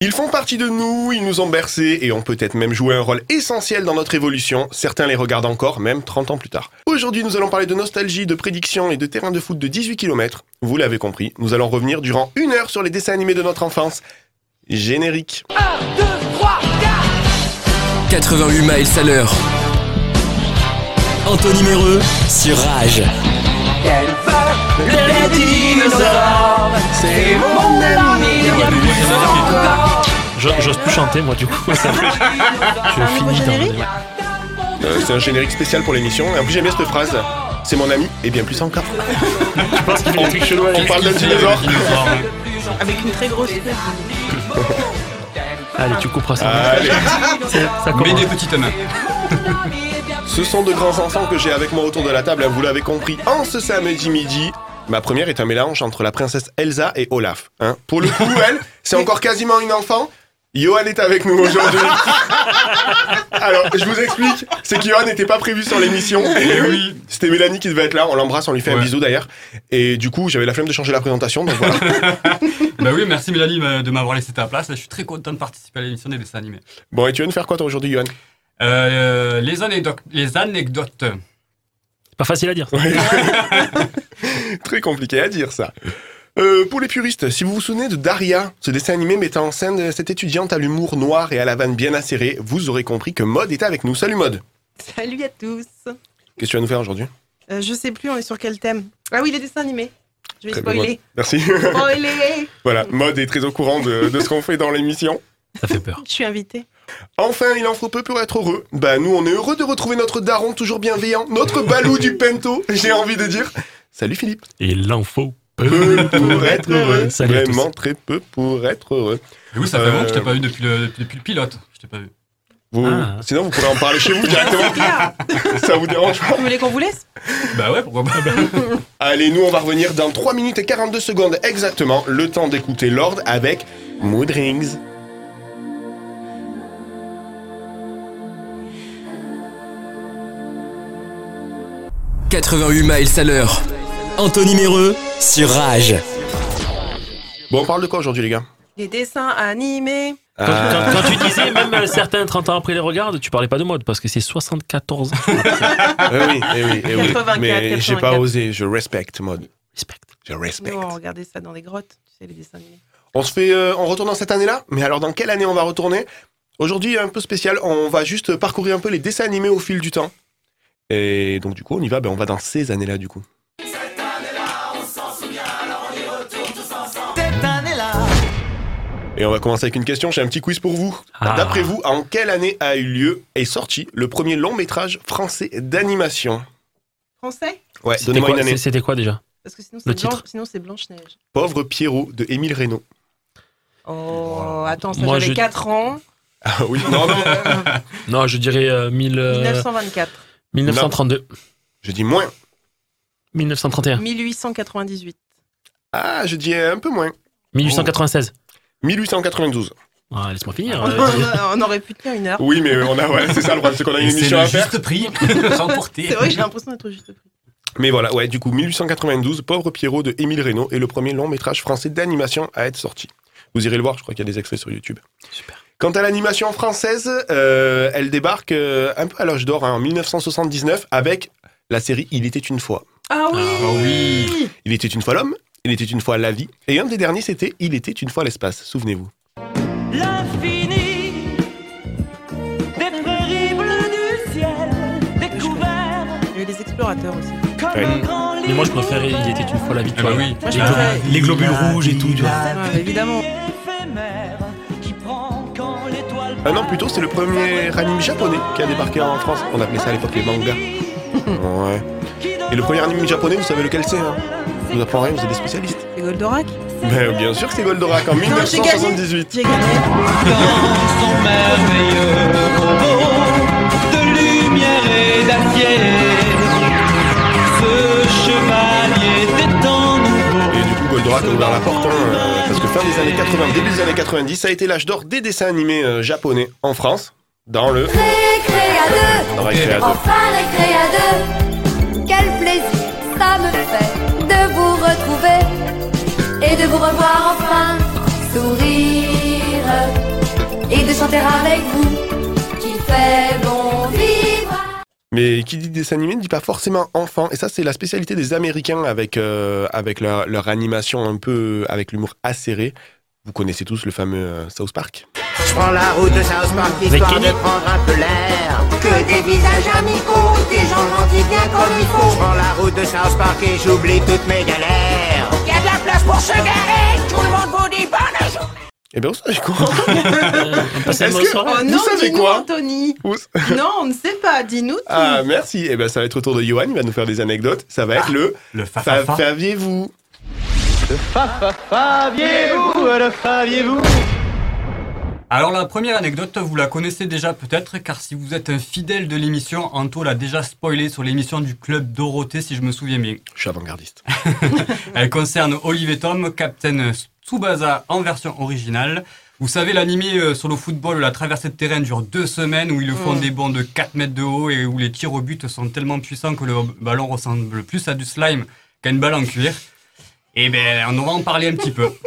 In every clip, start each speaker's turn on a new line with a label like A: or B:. A: Ils font partie de nous, ils nous ont bercés et ont peut-être même joué un rôle essentiel dans notre évolution. Certains les regardent encore, même 30 ans plus tard. Aujourd'hui, nous allons parler de nostalgie, de prédiction et de terrain de foot de 18 km. Vous l'avez compris, nous allons revenir durant une heure sur les dessins animés de notre enfance. Générique.
B: 88 miles à l'heure. Anthony Méreux sur Rage.
C: Les dinosaures, c'est mon ami.
D: J'o- J'ose plus chanter moi du coup. Ça fait... Je finis dans le-
A: Euh, c'est un générique spécial pour l'émission. Et En plus, j'aime bien cette phrase. C'est mon ami, et bien plus encore.
D: Je pense qu'il fait des trucs chelous
A: On parle d'un dinosaure.
E: Avec une très grosse tête.
D: Allez, tu couperas ça.
A: Allez.
D: C'est-
A: Ah,
D: Ça
F: Mets
D: commence.
F: des petites mains.
A: Ce sont de grands enfants que j'ai avec moi autour de la table, hein, vous l'avez compris, en ce samedi midi. Ma première est un mélange entre la princesse Elsa et Olaf. hein. Pour le coup, elle, c'est encore quasiment une enfant. Johan est avec nous aujourd'hui. Alors, je vous explique, c'est que Johan n'était pas prévu sur l'émission.
F: Eh
A: Et Eh oui, c'était Mélanie qui devait être là. On l'embrasse, on lui fait un
F: Ouais.
A: bisou d'ailleurs. Et du coup, j'avais la flemme de changer la présentation, donc voilà.
F: Bah oui, merci Mélanie euh, de m'avoir laissé ta place. Je suis très content de participer à l'émission des dessins animés.
A: Bon, et tu veux nous faire quoi toi aujourd'hui, Johan
F: Euh, les, anecdotes, les anecdotes.
D: C'est Pas facile à dire.
A: Très compliqué à dire ça. Euh, pour les puristes, si vous vous souvenez de Daria, ce dessin animé mettant en scène euh, cette étudiante à l'humour noir et à la vanne bien acérée, vous aurez compris que Mode est avec nous. Salut Mode
E: Salut à tous.
A: Qu'est-ce que tu vas nous faire aujourd'hui
E: Euh, je sais plus, on est sur quel thème Ah oui, les dessins animés. Je vais
A: Très bien,
E: spoiler.
A: Merci.
E: Spoiler
A: voilà, Mode est très au courant de, de ce qu'on fait dans l'émission.
D: Ça fait peur.
E: Je suis invitée.
A: Enfin, il en faut peu pour être heureux. Bah nous, on est heureux de retrouver notre daron toujours bienveillant, notre balou du pento, j'ai envie de dire. Salut Philippe.
D: Et l'info.
A: Peu pour être heureux.
D: Salut à tous.
A: Vraiment très peu pour être heureux.
F: Et oui, ça fait
A: Euh,
F: longtemps que je t'ai pas vu depuis le, depuis le pilote. Je t'ai pas vu.
A: Vous-
D: Ah.
A: Sinon, vous pourrez en parler chez vous directement.
E: Pierre,
A: Ça vous dérange pas
E: vous voulez qu'on vous laisse
F: Bah ouais, pourquoi
A: Ah
F: pas.
A: Allez, nous, on va revenir dans 3 minutes et 42 secondes exactement, le temps d'écouter Lord avec Mood Rings.
B: « 88 miles à l'heure. Anthony Méreux sur Rage.
A: Bon, on parle de quoi aujourd'hui, les gars
E: Les dessins animés.
D: Quand,
A: Ah.
D: quand- quand tu disais, même euh, certains 30 ans après les regardent, tu parlais pas de mode parce que c'est 74 ans.
A: Eh oui, eh oui, eh oui.
E: 84,
A: Mais j'ai pas
E: 84.
A: osé, je respecte, Mode.
D: Respect.
A: Je respecte.
E: Nous, on regardait ça dans les grottes, tu sais, les dessins animés.
A: On se fait, euh, on retourne dans cette année-là Mais alors, dans quelle année on va retourner Aujourd'hui, un peu spécial, on va juste parcourir un peu les dessins animés au fil du temps. Et donc, du coup, on y va, ben, on va dans ces années-là, du coup. Et on va commencer avec une question, j'ai un petit quiz pour vous.
D: Ah.
A: D'après vous, en quelle année a eu lieu et sorti le premier long métrage français d'animation
E: Français
A: Ouais,
D: C'était
A: donnez-moi
D: quoi,
A: une année.
D: c'est- c'était quoi déjà
E: Parce que sinon,
D: Le
E: c'est
D: titre.
E: Blanche- sinon, c'est Blanche-Neige.
A: Pauvre Pierrot de Émile Reynaud.
E: Oh, attends, ça
D: Moi,
E: j'avais
D: je-
E: 4 ans.
A: Ah oui, non, non,
E: Euh,
D: Non, je dirais euh, mille, euh,
E: 1924.
D: 1932.
A: je dis moins.
D: 1931.
E: 1898.
A: Ah, je dis un peu moins.
D: 1896.
A: 1892.
D: Ah, Laisse-moi finir.
E: On,
D: euh,
E: on aurait pu tenir une heure.
A: Oui, mais on a, ouais, c'est ça le problème, c'est qu'on a une
F: Et C'est
A: émission
F: le
A: à faire.
F: juste prix. Sans porter.
E: C'est vrai que j'ai l'impression d'être au juste prix.
A: Mais voilà, ouais, du coup, 1892, Pauvre Pierrot de Émile Reynaud est le premier long métrage français d'animation à être sorti. Vous irez le voir, je crois qu'il y a des extraits sur YouTube.
D: Super.
A: Quant à l'animation française, euh, elle débarque euh, un peu à l'âge d'or hein, en 1979 avec la série Il était une fois.
E: Ah oui,
F: Ah oui.
A: Il était une fois l'homme, il était une fois la vie, et un des derniers c'était Il était une fois l'espace, souvenez-vous.
G: L'infini des prairies bleues du ciel, découvert
E: Il y a les explorateurs aussi.
G: comme
A: Ouais.
G: un grand livre.
D: Mais moi, je préférais Il était une fois la vie.
A: Ah
F: Eh bah oui.
E: Moi, je
D: Les
E: préfère-
D: globules- les globules rouges et tout. tu vois.
E: Ouais, évidemment.
G: Ah Éphémère qui prend quand l'étoile
A: Un an plus tôt, c'est le premier anime japonais qui a débarqué en France. On appelait ça à l'époque les mangas. Ouais. Et le premier anime japonais, vous savez lequel c'est hein Je vous apprends rien, vous êtes des spécialistes.
E: C'est Goldorak
A: Ben, bien sûr que c'est Goldorak en
E: Non, j'ai gagné.
A: 1978.
E: J'ai gagné.
C: Son merveilleux robot de lumière et d'acier. Ce chevalier des temps nouveaux.
A: Et du coup, Goldorak a ouvert la porte, hein, euh, parce que fin des années 80, début des années 90, ça a été l'âge d'or des dessins animés euh, japonais en France, dans le
H: Récré à deux,
A: dans Récré à deux.
H: enfin récré à deux. Quel plaisir ça me fait de vous retrouver et de vous revoir enfin sourire. chanter avec vous qu'il fait bon vivre.
A: Mais qui dit dessin animé ne dit pas forcément enfant. Et ça, c'est la spécialité des Américains avec, euh, avec leur, leur animation un peu euh, avec l'humour acéré. Vous connaissez tous le fameux euh, South Park.
I: Je prends la route de South Park histoire
D: Kenny.
I: de prendre un peu l'air.
H: Que des visages amicaux, des gens gentils bien comme il
I: Je prends la route de South Park et j'oublie toutes mes galères.
G: Il y a de la place pour se garer, tout le monde vous dit bonne journée.
A: Eh bien, vous savez quoi
D: Euh, on passe une
A: Est-ce
D: bonne
A: que-
D: soirée.
E: Oh
A: Vous
E: non,
A: savez
E: dis-nous,
A: quoi
E: Anthony.
A: Vous-
E: Non, on ne sait pas. Dis-nous.
A: Ah, merci. Eh bien, ça va être au tour de Johan. Il va nous faire des anecdotes. Ça va être le
F: Le
A: Fa-
F: fafafa.
A: Faviez-vous
F: Alors la première anecdote, vous la connaissez déjà peut-être, car si vous êtes un fidèle de l'émission, Anto l'a déjà spoilé sur l'émission du Club Dorothée, si je me souviens bien.
A: Je suis avant-gardiste.
F: Elle concerne Olivier Tom, Captain Tsubasa en version originale. Vous savez, l'animé euh, sur le football, la traversée de terrain dure deux semaines où ils font des bonds de 4 mètres de haut et où les tirs au but sont tellement puissants que le ballon ressemble plus à du slime qu'à une balle en cuir. Et ben, on va en parler un petit peu.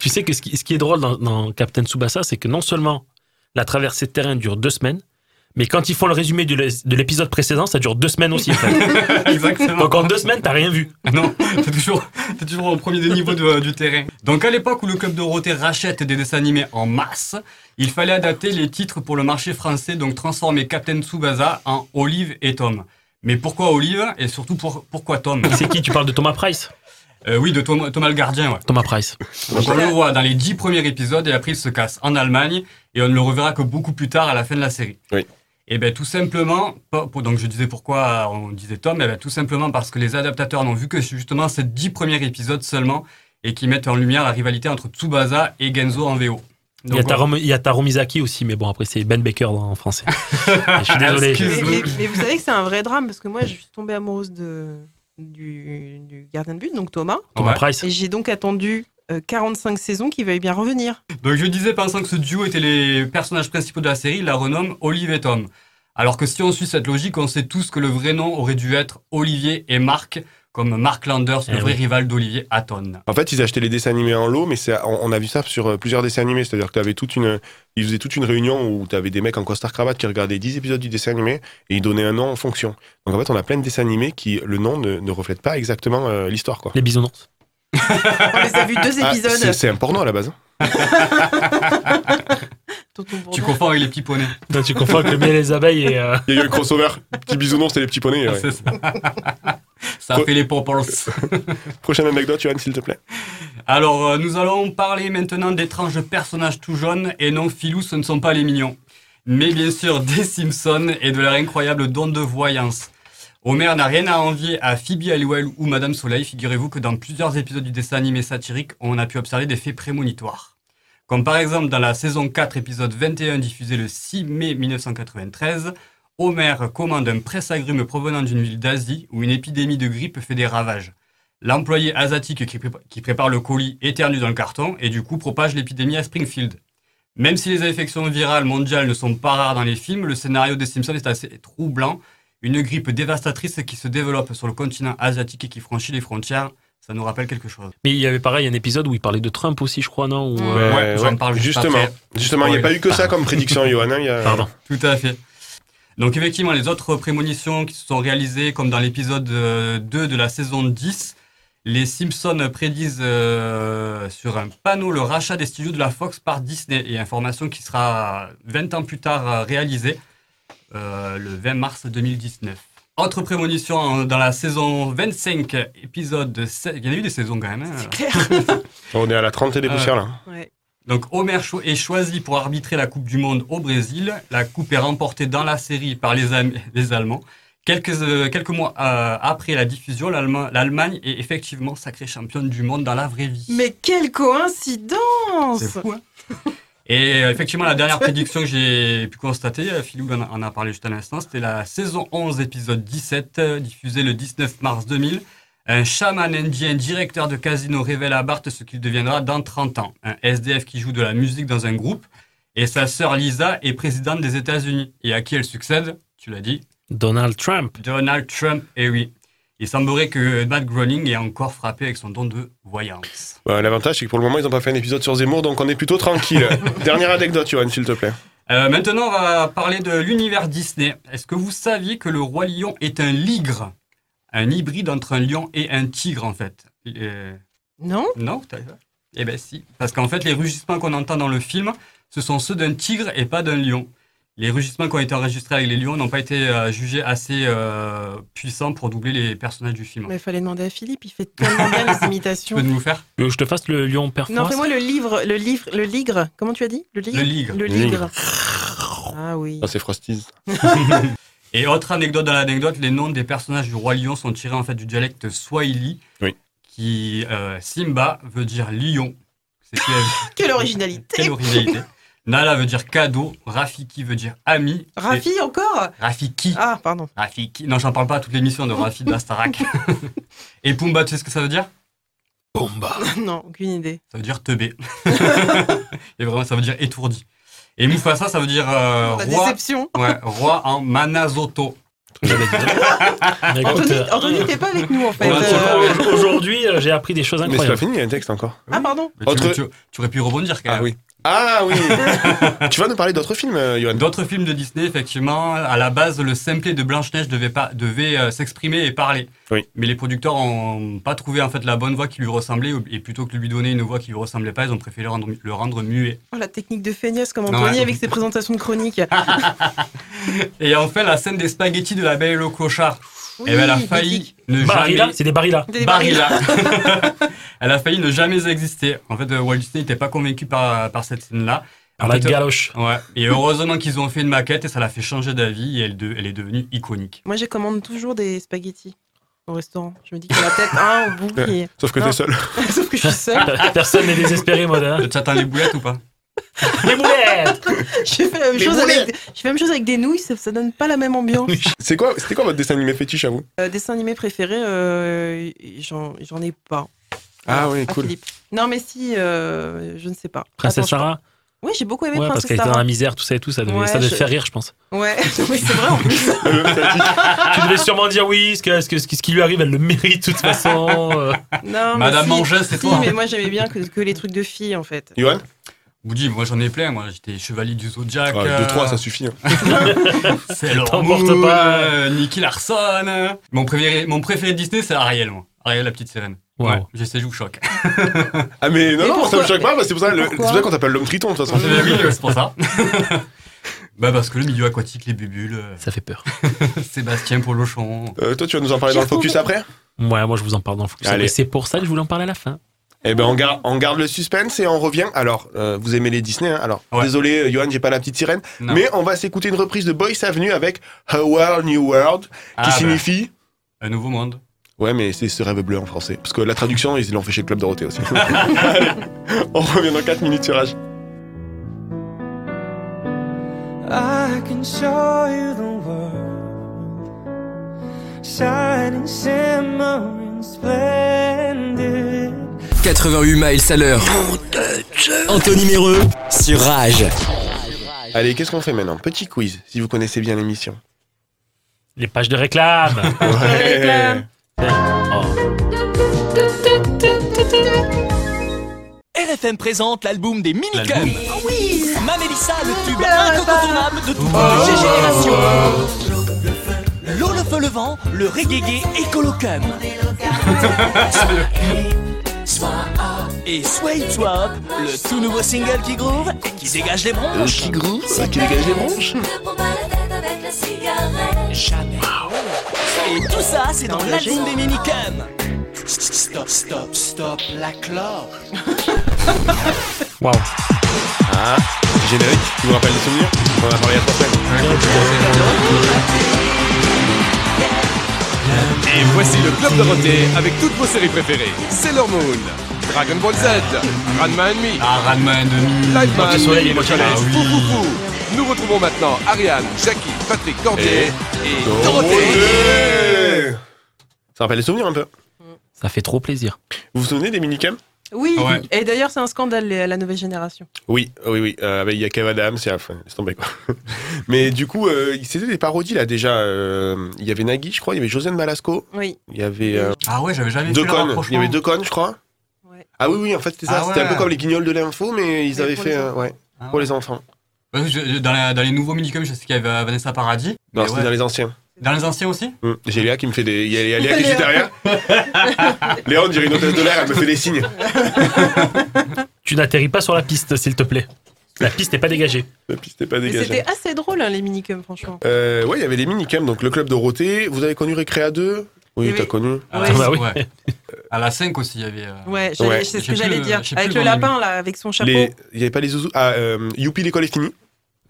D: Tu sais que ce qui, ce qui est drôle dans, dans Captain Tsubasa, c'est que non seulement la traversée de terrain dure deux semaines, mais quand ils font le résumé de l'é- de l'épisode précédent, ça dure deux semaines aussi. en fait.
F: Exactement.
D: Donc en deux semaines, t'as rien vu.
F: Ah Non, t'es toujours, t'es toujours au premier niveau de- du terrain. Donc à l'époque où le Club Dorothée rachète des dessins animés en masse, il fallait adapter les titres pour le marché français, donc transformer Captain Tsubasa en Olive et Tom. Mais pourquoi Olive et surtout pour, pourquoi Tom
D: C'est qui Tu parles de Thomas Price
F: Euh, Oui, de Tom- Thomas le Gardien, ouais.
D: Thomas Price.
F: Donc on le voit dans les dix premiers épisodes et après il se casse en Allemagne et on ne le reverra que beaucoup plus tard à la fin de la série.
A: Oui.
F: Et bien tout simplement, pas- pour- donc je disais pourquoi on disait Tom, et ben, tout simplement parce que les adaptateurs n'ont vu que justement ces dix premiers épisodes seulement et qui mettent en lumière la rivalité entre Tsubasa et Genzo en VO.
D: Il y, a
F: Donc, on-
D: Taro- il y a Taromizaki aussi, mais bon, après, c'est Ben Baker en français. Je suis désolé.
E: Mais,
F: Excuse-nous.
E: mais- mais vous savez que c'est un vrai drame parce que moi, je suis tombée amoureuse de, du, du gardien de but, donc Thomas.
D: Thomas
F: Ouais.
D: Price.
E: Et j'ai donc attendu euh, 45 saisons qu'il veuille bien revenir.
F: Donc je disais, pensant que ce duo était les personnages principaux de la série, il la renomme Olive et Tom. Alors que si on suit cette logique, on sait tous que le vrai nom aurait dû être Olivier et Marc, comme Mark Landers, le
D: Eh
F: vrai
D: oui.
F: rival d'Olivier Hatton.
A: En fait, ils achetaient les dessins animés en lot, mais c'est- on, on a vu ça sur euh, plusieurs dessins animés. C'est-à-dire que t'avais toute une, ils faisaient toute une réunion où tu avais des mecs en costard cravate qui regardaient 10 épisodes du dessin animé et ils donnaient un nom en fonction. Donc en fait, on a plein de dessins animés qui le nom ne, ne reflète pas exactement euh, l'histoire. quoi.
D: Les bisounours.
E: On les a vus deux
A: Ah,
E: épisodes.
A: c'est- c'est un porno à la base. hein.
E: Tonton Bourdon.
F: Tu confonds avec les petits poneys.
D: Non, tu confonds avec le miel et les abeilles et. euh,
A: Il y a eu un crossover. Petit bisounours, c'était les petits poneys. ouais.
F: C'est ça. Ça
A: Co-
F: fait les pompons.
A: Prochaine anecdote, Johan, s'il te plaît.
F: Alors, euh, nous allons parler maintenant d'étranges personnages tout jaunes. Et non, Filou, ce ne sont pas les mignons. Mais bien sûr, des Simpsons et de leur incroyable don de voyance. Homer n'a rien à envier à Phoebe Halliwell ou Madame Soleil. Figurez-vous que dans plusieurs épisodes du dessin animé satirique, on a pu observer des faits prémonitoires. Comme par exemple dans la saison 4, épisode 21, diffusé le 6 mai 1993, Homer commande un presse-agrumes provenant d'une ville d'Asie où une épidémie de grippe fait des ravages. L'employé asiatique qui, prépa- qui prépare le colis éternue dans le carton et du coup propage l'épidémie à Springfield. Même si les infections virales mondiales ne sont pas rares dans les films, le scénario des Simpsons est assez troublant. Une grippe dévastatrice qui se développe sur le continent asiatique et qui franchit les frontières, ça nous rappelle quelque chose.
D: Mais il y avait pareil un épisode où il parlait de Trump aussi, je crois, non Ou, euh,
F: Ouais, j'en parle juste
A: justement.
F: après.
A: Justement, il n'y a pas eu que ça comme prédiction, Johan. hein, il y a-
D: Pardon.
F: euh, Tout à fait. Donc effectivement, les autres prémonitions qui se sont réalisées, comme dans l'épisode euh, 2 de la saison 10, les Simpsons prédisent euh, sur un panneau le rachat des studios de la Fox par Disney, et information qui sera 20 ans plus tard euh, réalisée, euh, le 20 mars 2019. Autre prémonition en- dans la saison 25, épisode 7, il y en a eu des saisons quand même. hein.
E: C'est clair.
A: On est à la 30 et des
F: Ah.
A: poussières là.
E: Ouais.
F: Donc Homer cho- est choisi pour arbitrer la Coupe du Monde au Brésil. La Coupe est remportée dans la série par les, Am- les Allemands. Quelques, euh, quelques mois euh, après la diffusion, l'Allema- l'Allemagne est effectivement sacrée championne du monde dans la vraie vie.
E: Mais quelle
F: C'est
E: coïncidence
F: fou, hein Et euh, effectivement, la dernière prédiction que j'ai pu constater, euh, Philou en a- en a parlé juste à l'instant, c'était la saison 11, épisode 17, euh, diffusée le 19 mars 2000. Un chaman indien, directeur de casino, révèle à Bart ce qu'il deviendra dans 30 ans. Un SDF qui joue de la musique dans un groupe. Et sa sœur Lisa est présidente des États-Unis. Et à qui elle succède Tu l'as dit
D: Donald Trump.
F: Donald Trump, eh oui. Et Il semblerait que Matt Groening ait encore frappé avec son don de voyance.
A: Bah, L'avantage, c'est que pour le moment, ils n'ont pas fait un épisode sur Zemmour, donc on est plutôt tranquille. Dernière anecdote, Johan, s'il te plaît.
F: Euh, maintenant, on va parler de l'univers Disney. Est-ce que vous saviez que le roi lion est un ligre Un hybride entre un lion et un tigre, en fait. Euh,
E: Non
F: non, t'as pas Eh ben si. Parce qu'en fait, les rugissements qu'on entend dans le film, ce sont ceux d'un tigre et pas d'un lion. Les rugissements qui ont été enregistrés avec les lions n'ont pas été euh, jugés assez euh, puissants pour doubler les personnages du film.
E: Mais il fallait demander à Philippe, il fait tellement bien les
F: Tu
E: imitations.
F: peux nous le faire
D: Tu veux que Euh, je te fasse le lion
E: Non,
D: performance
E: fais-moi le livre, le livre, le ligre. Comment tu as dit Le ligre
F: Le ligre.
E: Le ligre. Ah oui.
A: Ça, c'est Frosties.
F: Et autre anecdote dans l'anecdote, les noms des personnages du roi lion sont tirés en fait du dialecte swahili,
A: Oui.
F: qui euh, Simba veut dire lion. C'est
E: Ah, Quelle originalité
F: Quelle originalité. Nala veut dire cadeau, Rafiki veut dire ami. et
E: Rafi encore
F: Rafiki.
E: Ah, pardon.
F: Rafiki. Non, j'en parle pas à toute l'émission de Rafi de Bastarak. et Pumba, tu sais ce que ça veut dire
E: non, aucune idée.
F: Ça veut dire teubé. et vraiment, ça veut dire étourdi. Et Mufasa, ça veut dire euh,
E: La
F: roi,
E: déception.
F: ouais, roi en Manazoto.
D: Mais écoute,
E: Anthony,
D: euh,
E: Anthony, t'es pas avec nous en fait.
F: Ouais,
E: Euh,
D: euh, Aujourd'hui, euh, j'ai appris des choses
A: Mais c'est pas
D: incroyables.
A: fini, il y a un texte encore.
E: Ah, pardon.
F: Mais tu-
A: Autre-
F: tu, tu aurais pu rebondir quand même.
A: Ah oui Tu vas nous parler d'autres films, euh, Johan
F: D'autres films de Disney, effectivement, à la base, le simplet de Blanche-Neige devait, pas- devait euh, s'exprimer et parler.
A: Oui.
F: Mais les producteurs n'ont pas trouvé en fait la bonne voix qui lui ressemblait, et plutôt que de lui donner une voix qui lui ressemblait pas, ils ont préféré le rendre, le rendre muet.
E: Oh, la technique de feignasse comme Anthony
F: Ouais.
E: avec ses présentations de chroniques.
F: Et enfin, la scène des spaghettis de la Belle et le Clochard.
E: Oui,
F: eh ben, elle a failli
E: mythique.
F: ne
D: Barilla,
F: jamais.
D: c'est des Barilla.
E: Des
F: Barilla. elle a failli ne jamais exister. En fait, euh, Walt Disney n'était pas convaincu par, par cette scène-là.
D: Par la
F: En fait, euh,
D: galoche.
F: Ouais. Et heureusement qu'ils ont fait une maquette et ça l'a fait changer d'avis et elle, de- elle est devenue iconique.
E: Moi, je commande toujours des spaghettis au restaurant. Je me dis qu'il y en a peut-être un hein, au bout qui est-
A: Sauf que
E: Non.
A: t'es seul.
E: Sauf que je suis seule.
D: Personne n'est désespéré, moi. hein.
F: Tu attends les boulettes ou pas
D: Les boulettes
E: J'ai fait, la même
A: Les
E: chose
A: boulettes.
E: avec... j'ai fait la même chose avec des nouilles, ça, ça donne pas la même ambiance.
A: C'est quoi, c'était quoi votre dessin animé fétiche à vous
E: Euh, dessin animé préféré, euh, j'en j'en ai pas.
A: Ah oui,
E: à
A: cool.
E: Philippe. Non, mais si, euh, je ne sais pas.
D: Princesse
E: Attends, je-
D: Sarah
E: Oui, j'ai beaucoup aimé
D: Ouais, parce
E: Princesse
D: qu'elle était dans
E: Sarah.
D: la misère, tout ça et tout, ça devait,
E: Ouais,
D: ça devait
E: je-
D: te faire rire, je pense.
E: Ouais, oui, c'est vrai en plus.
A: Euh,
D: tu devais sûrement dire oui, ce, que- ce, que- ce qui lui arrive, elle le mérite de toute façon. euh.
E: Non, mais
F: Madame
E: si,
F: Mangin, c'est
E: si,
F: toi.
E: mais moi j'aimais bien que, que les trucs de filles en fait.
A: Johan
F: Woody, moi j'en ai plein, moi j'étais chevalier du Zodiac.
A: Ouais,
F: euh,
A: Deux, trois, ça suffit. hein.
F: C'est le
D: T'emporte
F: Moon,
D: pas.
F: euh, Nicky Larson. euh. Mon préféré, mon préféré Disney, c'est Ariel, moi. Ariel, la petite sirène.
D: Wow.
F: j'essaie, je vous choque.
A: Ah mais non, non, ça
E: Mais
A: me
E: pourquoi
A: choque pas, parce que c'est pour ça, le- c'est
E: Pourquoi
A: pour ça qu'on t'appelle l'homme triton, de toute façon.
F: Eh oui, euh, c'est pour ça. bah, parce que le milieu aquatique, les bubules, euh,
D: Ça fait peur.
F: Sébastien Polochon.
A: Euh, toi, tu vas nous en parler dans le focus après
D: Ouais, moi je vous en parle dans le focus.
A: Allez.
D: Et c'est pour ça que je voulais en parler à la fin.
A: Eh ben on garde, on garde le suspense et on revient. Alors, euh, vous aimez les Disney, hein alors
F: Ouais.
A: désolé, euh, Johan, j'ai pas la petite sirène,
F: Non.
A: mais on va s'écouter une reprise de Boyce Avenue avec A World New World, qui
F: Ah,
A: signifie.
F: bah, un nouveau monde.
A: Ouais, mais c'est ce rêve bleu en français, parce que la traduction ils l'ont fait chez le Club Dorothée aussi. Allez, on revient dans 4 minutes sur Rage.
G: I can show you the world, shining, shimmering, splendid.
B: 88 miles à l'heure. Anthony Méreux sur Rage.
A: Allez, qu'est-ce qu'on fait maintenant Petit quiz, si vous connaissez bien l'émission.
D: Les pages de réclame. Oh.
A: Ouais.
B: RFM présente l'album des
F: L'album.
B: Minicums. Oui Mamélissa, le tube incontournable de toute
F: Oh.
A: Oh.
B: notre génération. L'eau, le feu, le vent, le reggae et colocum. Et Sway Swap, le tout nouveau single qui groove et qui dégage les bronches.
A: Qui groupe Qui dégage les bronches
B: Et tout ça, c'est dans
E: Engagé.
B: l'album des Minicums. Stop, stop, stop, la clore.
D: Waouh.
A: Ah, générique, tu vous rappelles les souvenirs On en a parlé il y a 3 semaines.
J: Et voici le Club Dorothée avec toutes vos séries préférées. Sailor Moon, Dragon Ball Z, Ranma Enemy,
F: Ah, Ranma et demi.
J: Lightman,
D: soleil, moitié
J: Nicolas,
F: ah
D: neige.
J: Fou Fou Fou. Nous retrouvons maintenant Ariane, Jackie, Patrick Cordier et Dorothée.
A: Dorothée Ça rappelle les souvenirs un peu.
D: Ça fait trop plaisir.
A: Vous vous souvenez des minicums
E: Oui,
F: Ouais.
E: et d'ailleurs, c'est un scandale, les- la nouvelle génération.
A: Oui, oui, oui. euh, avec- Il y a Kev Adams, il y a- enfin, laisse tomber, quoi. Mais du coup, euh, c'était des parodies là déjà. euh, Il y avait Nagui, je crois. Il y avait Josiane Malasco.
E: Oui.
A: Il y avait euh,
F: Ah ouais, j'avais jamais
A: deux
F: fait le
A: connes. Il y
F: rapprochement.
A: avait deux connes, je crois.
E: Ouais.
A: Ah oui, oui. En fait, c'était ça.
F: Ah
A: C'était un peu
F: ouais.
A: comme les Guignols de l'info, mais ils
E: Mais
A: avaient
E: pour
A: fait
E: les
A: euh, ouais
F: Ah
A: pour
F: ouais.
A: les enfants.
F: Ouais, je- Dans, la- dans les nouveaux minicums, je sais qu'il y avait euh, Vanessa Paradis.
A: Non,
F: Mais
A: c'était
F: ouais.
A: dans les anciens.
F: dans les anciens aussi
A: Mm. Bah J'ai Léa qui me fait des. Il y a Léa qui est juste derrière. Léa, on dirait une hôtesse de l'air. Elle me fait des signes.
D: Tu n'atterris pas sur la piste, s'il te plaît. La piste n'est pas dégagée.
A: La piste n'est pas
E: Mais
A: dégagée.
E: c'était assez drôle, hein, les minicums, franchement.
A: Euh, ouais, il y avait les minicums, donc le club Dorothée. Vous avez connu Récréa 2
E: Il y
A: Oui,
E: avait-
A: t'as connu.
F: Ah
E: Ouais.
D: bah oui.
F: ouais. À la 5 aussi, il y avait. euh,
E: Ouais,
A: Ouais.
E: j'allais- c'est ce
F: J'ai
E: que
F: plus
E: j'allais
F: le-
E: dire.
F: j'ai plus
E: Avec
F: le
E: le
F: nom du
E: lapin, là, avec son chapeau.
A: Les- Il n'y avait pas les zouzous. Ah, euh, Youpi, l'école est finie.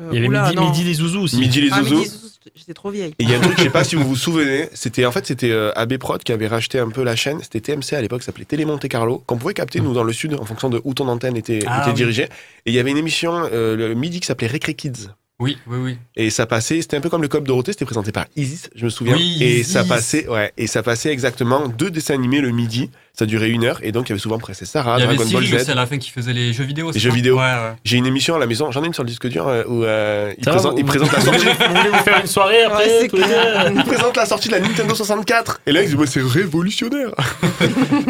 E: Euh,
D: Il y avait
E: oula,
D: midi,
E: non.
D: midi les zouzous aussi.
A: Midi les
E: Ah,
A: zouzous.
E: midi, zouzous, j'étais trop vieille.
A: Et il y a un truc, je sais pas si vous vous souvenez, c'était en fait c'était euh, AB Prod qui avait racheté un peu la chaîne, c'était TMC à l'époque, ça s'appelait Télé Monte Carlo, qu'on pouvait capter nous dans le sud en fonction de où ton antenne était,
F: Ah,
A: était
F: oui.
A: dirigée. Et il y avait une émission euh, le midi qui s'appelait Récré Kids.
F: Oui, oui, oui.
A: Et ça passait, c'était un peu comme le Cop Dorothée, c'était présenté par Isis, je me souviens.
F: Oui,
A: et
F: Isis.
A: ça passait, ouais, et ça passait exactement deux dessins animés le midi, ça durait une heure, et donc il y avait souvent Princesse Sarah,
F: il y avait
A: Ah, Dragon Ball
F: Cyril aussi
A: Z.
F: à la fin qui faisait les jeux vidéo.
A: Les
F: c'est
A: jeux
F: ça
A: vidéo.
F: Ouais, ouais.
A: J'ai une émission à la maison, j'en ai une sur le disque dur euh, où euh, il,
D: Ça va,
A: présente,
D: vous-
A: il présente la sortie.
D: Vous voulez vous faire une soirée après
E: Ouais, c'est
D: tous les
E: clair.
D: deux
A: Il présente la sortie de la Nintendo 64. Et là, il dit, ouais, c'est révolutionnaire.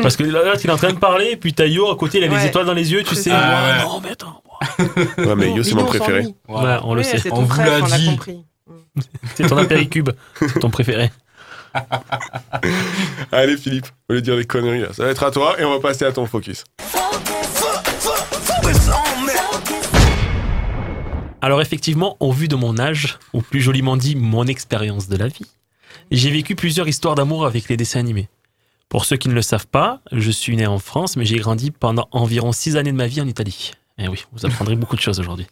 D: Parce que là, l'autre, il est en train de parler, et puis t'as Yo à côté, il a les
E: Ouais.
D: étoiles dans les yeux, tu
E: C'est
D: sais.
E: ça.
D: Ah,
F: Ouais.
D: Non, mais attends.
A: Ouais, mais Yo, c'est mon
E: Bidon sans
A: préféré.
E: nid.
D: Voilà, on le
E: Ouais,
D: sait.
E: C'est
F: On
E: ton
F: vous
E: frère,
F: l'a
E: on l'a
F: dit.
E: compris.
D: C'est ton apéricube, ton préféré.
A: Allez, Philippe, au lieu de dire des conneries, là, ça va être à toi et on va passer à ton focus.
D: Alors effectivement, au vu de mon âge, ou plus joliment dit, mon expérience de la vie, j'ai vécu plusieurs histoires d'amour avec les dessins animés. Pour ceux qui ne le savent pas, je suis né en France, mais j'ai grandi pendant environ six années de ma vie en Italie. Eh oui, vous apprendrez beaucoup de choses aujourd'hui.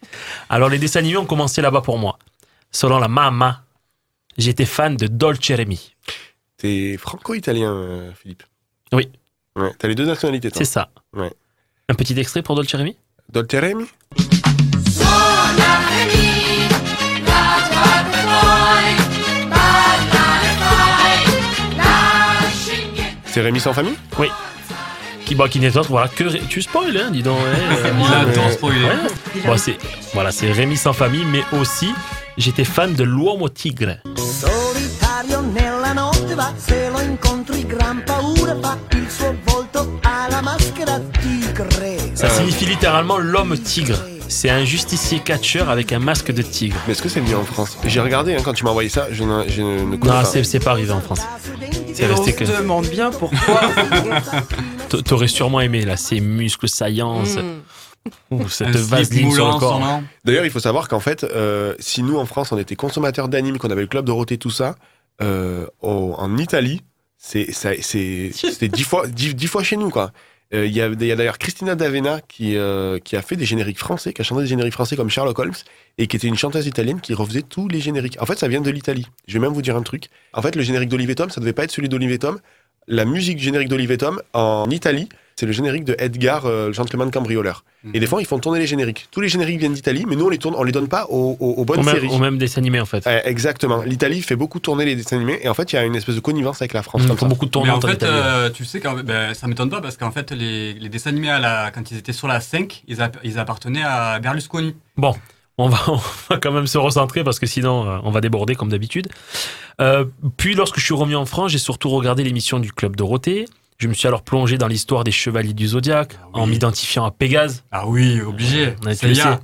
D: Alors les dessins animés ont commencé là-bas pour moi. Selon la Mama, j'étais fan de Dolce Remy.
A: T'es franco-italien, euh, Philippe.
D: Oui.
A: Ouais, t'as les deux nationalités, toi.
D: C'est ça.
A: Ouais.
D: Un petit extrait pour Dolce Remy
A: Dolteremi C'est Rémi sans famille
D: Qui, bah, qui n'est autre, voilà, que... Ré- Tu spoil, hein, dis donc. hein.
E: C'est moi.
F: Il adore
A: mais-
F: spoiler.
D: Ouais. Bon, c'est voilà, c'est Rémi sans famille, mais aussi j'étais fan de L'Uomo Tigre.
G: Solitario nella notte va, se lo incontri gran paura fa, il suo volto ha la maschera tigre.
D: Ça
A: Euh.
D: signifie littéralement l'homme tigre. C'est un justicier catcheur avec un masque de tigre.
A: Mais est-ce que c'est venu en France J'ai regardé hein, quand tu m'as envoyé ça, je ne, je ne- ne connais
D: Non,
A: pas.
D: c'est c'est pas arrivé en France. C'est
E: Et on
D: resté
E: se
D: que.
E: demande bien pourquoi.
D: t'a- T'aurais sûrement aimé, là, ces muscles saillants, ce-
E: Hmm.
D: ouh,
F: Mm. Un
D: cette
F: slip
D: vaseline sur
F: moulant,
D: le corps.
F: sans nom.
A: D'ailleurs, il faut savoir qu'en fait, euh, si nous en France on était consommateurs d'animes, qu'on avait le club Dorothée, tout ça, euh, au- en Italie, c'est ça- c'est- c'était dix fois dix, dix fois chez nous quoi. Euh, Il y a, il y a d'ailleurs Christina D'Avena qui euh, qui a fait des génériques français, qui a chanté des génériques français comme Sherlock Holmes et qui était une chanteuse italienne qui refaisait tous les génériques. En fait, ça vient de l'Italie. Je vais même vous dire un truc. En fait, le générique d'Olivetum, ça devait pas être celui d'Olivetum. La musique du générique d'Olivetum en Italie, c'est le générique de Edgar, euh, le gentleman cambrioleur. Et des fois, ils font tourner les génériques. Tous les génériques viennent d'Italie, mais nous, on les tourne, on les donne pas aux, aux- aux bonnes
D: Au même,
A: séries.
D: au même dessin animé, en fait.
A: Euh, exactement. L'Italie fait beaucoup tourner les dessins animés, et en fait, il y a une espèce de connivence avec la France.
D: Ils
A: comme
D: font
A: ça.
D: Mm. beaucoup de
F: Mais en
D: tournantes en
F: fait,
D: Italie.
F: euh, tu sais, quand, ben, ça m'étonne pas parce qu'en fait, les, les dessins animés, à la, quand ils étaient sur la 5, ils, app- ils appartenaient à Berlusconi.
D: Bon, on va, on va quand même se recentrer parce que sinon euh, on va déborder comme d'habitude. Euh, puis lorsque je suis revenu en France, j'ai surtout regardé l'émission du Club Dorothée. Je me suis alors plongé dans l'histoire des Chevaliers du Zodiaque
F: Ah oui.
D: en m'identifiant à Pégase,
F: Ah oui, obligé.
D: on a été
F: C'est bien.
D: laissé.